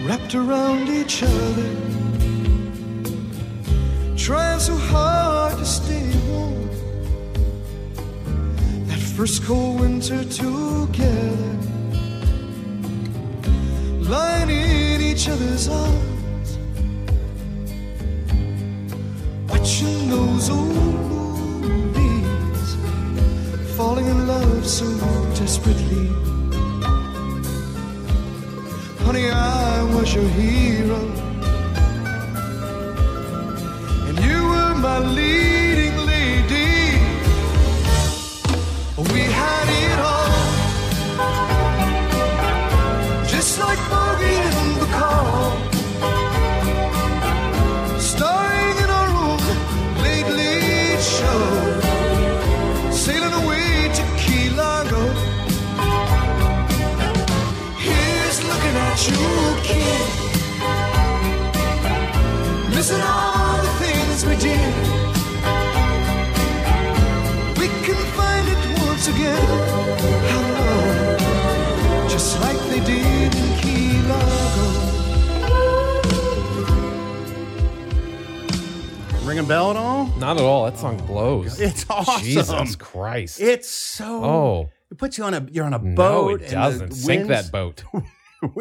S1: wrapped around each other, trying so hard to stay warm. That first cold winter together, lying in each other's arms, watching those old movies, falling in love so desperately.
S7: was your hero. And you were my leading lady. We had it all. Just like Bogey and Bacall. Starring in our own late, late show. Sailing away to Key Largo. Here's looking at you, kid. Missing all the things we did. We can find it once again. How long? Just like they did in Key Largo.
S2: Ring a bell at all?
S3: Not at all. That song blows.
S2: It's awesome.
S3: Jesus Christ.
S2: It's so.
S3: Oh.
S2: It puts you on a. You're on a
S3: No,
S2: boat.
S3: it doesn't. Sink that boat.
S2: [LAUGHS] boat.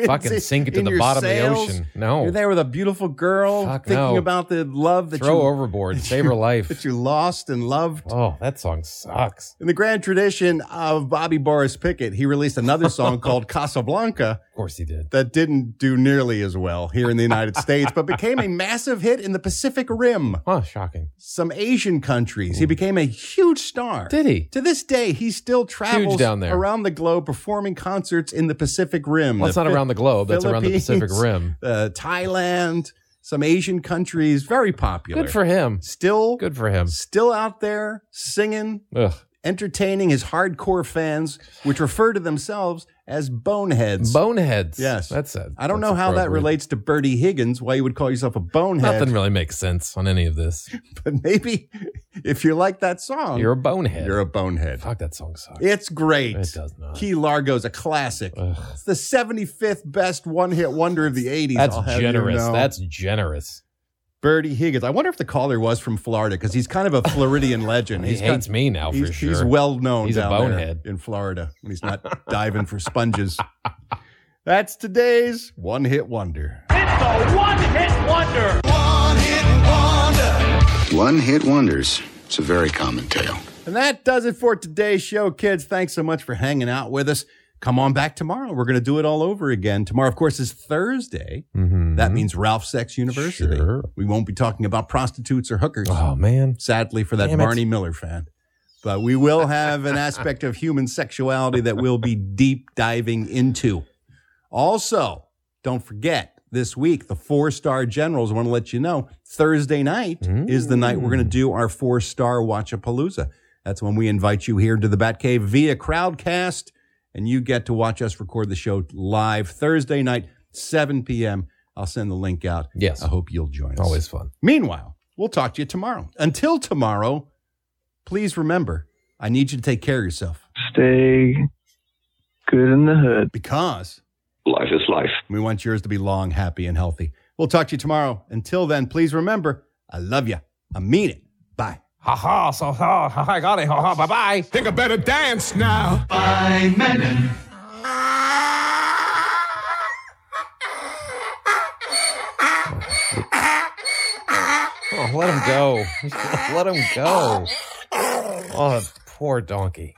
S3: Fucking sink it to the bottom of the ocean. No.
S2: You're there with a beautiful girl,
S3: Fuck,
S2: thinking
S3: no.
S2: about the love that
S3: Throw
S2: you
S3: [LAUGHS] overboard.
S2: that
S3: Save
S2: you-
S3: her life.
S2: that you lost and loved.
S3: Oh, that song sucks.
S2: In the grand tradition of Bobby Boris Pickett, he released another
S3: [LAUGHS]
S2: song called Casablanca.
S3: Of course he did.
S2: That didn't do nearly as well here in the
S3: [LAUGHS]
S2: United States, but became a massive hit in the Pacific Rim.
S3: Huh, shocking.
S2: Some Asian countries. He became a huge star.
S3: Did he?
S2: To this day, he still travels
S3: down there.
S2: around the globe performing concerts in the Pacific Rim.
S3: Well, it's not
S2: Phi-
S3: around the globe. That's around the Pacific
S2: Philippines,
S3: Rim.
S2: [LAUGHS] Uh, Thailand, some Asian countries. Very popular.
S3: Good for him.
S2: Still,
S3: Good for him.
S2: still out there singing,
S3: Ugh.
S2: entertaining his hardcore fans, which refer to themselves as boneheads.
S3: Boneheads.
S2: Yes.
S3: That's it.
S2: I don't know how that relates to Bertie Higgins, why you would call yourself a bonehead.
S3: Nothing really makes sense on any of this.
S2: [LAUGHS] But maybe if you like that song,
S3: You're a bonehead.
S2: you're a bonehead.
S3: Fuck, that song sucks.
S2: It's great.
S3: It does Uh. not.
S2: Key Largo's a classic. It's the 75th best one hit wonder of the 80s.
S3: That's
S2: I'll have you
S3: generous.
S2: know.
S3: That's generous.
S2: Bertie Higgins. I wonder if the caller was from Florida because he's kind of a
S3: [LAUGHS]
S2: Floridian legend.
S3: He
S2: He's
S3: hates
S2: kind-
S3: me now Oh, for
S2: he's,
S3: sure.
S2: He's well known
S3: He's a
S2: down there
S3: bonehead.
S2: in Florida when he's
S3: [LAUGHS]
S2: not diving for sponges. That's today's one hit wonder.
S1: It's a one hit wonder. One hit wonder.
S20: One hit wonders. It's a very common tale.
S2: And that does it for today's show, kids. Thanks so much for hanging out with us. Come on back tomorrow. We're going to do it all over again. Tomorrow, of course, is Thursday.
S3: Mm-hmm.
S2: That means Ralph Sex University.
S3: Sure.
S2: We won't be talking about prostitutes or hookers,
S3: Oh man.
S2: sadly, for that
S3: Damn it.
S2: Barney Miller fan. But we will have an aspect of human sexuality that we'll be deep diving into. Also, don't forget this week, the four star generals want to let you know Thursday night is the night we're going to do our four star Watchapalooza. That's when we invite you here to the Batcave via Crowdcast, and you get to watch us record the show live Thursday night, 7 p.m. I'll send the link out.
S3: Yes.
S2: I hope you'll join us.
S3: Always fun.
S2: Meanwhile, we'll talk to you tomorrow. Until tomorrow, please remember I need you to take care of yourself
S18: Stay good in the hood.
S2: because
S22: Life is life.
S2: we want yours to be long, happy, and healthy. We'll talk to you tomorrow. Until then, please remember I love you. I mean it. Bye.
S3: Ha ha. So ha. Ha ha. Got it. Ha ha. Bye bye.
S7: Think I better dance now.
S18: Bye, Menon.
S3: Oh, let him go. let him go. Oh, poor donkey.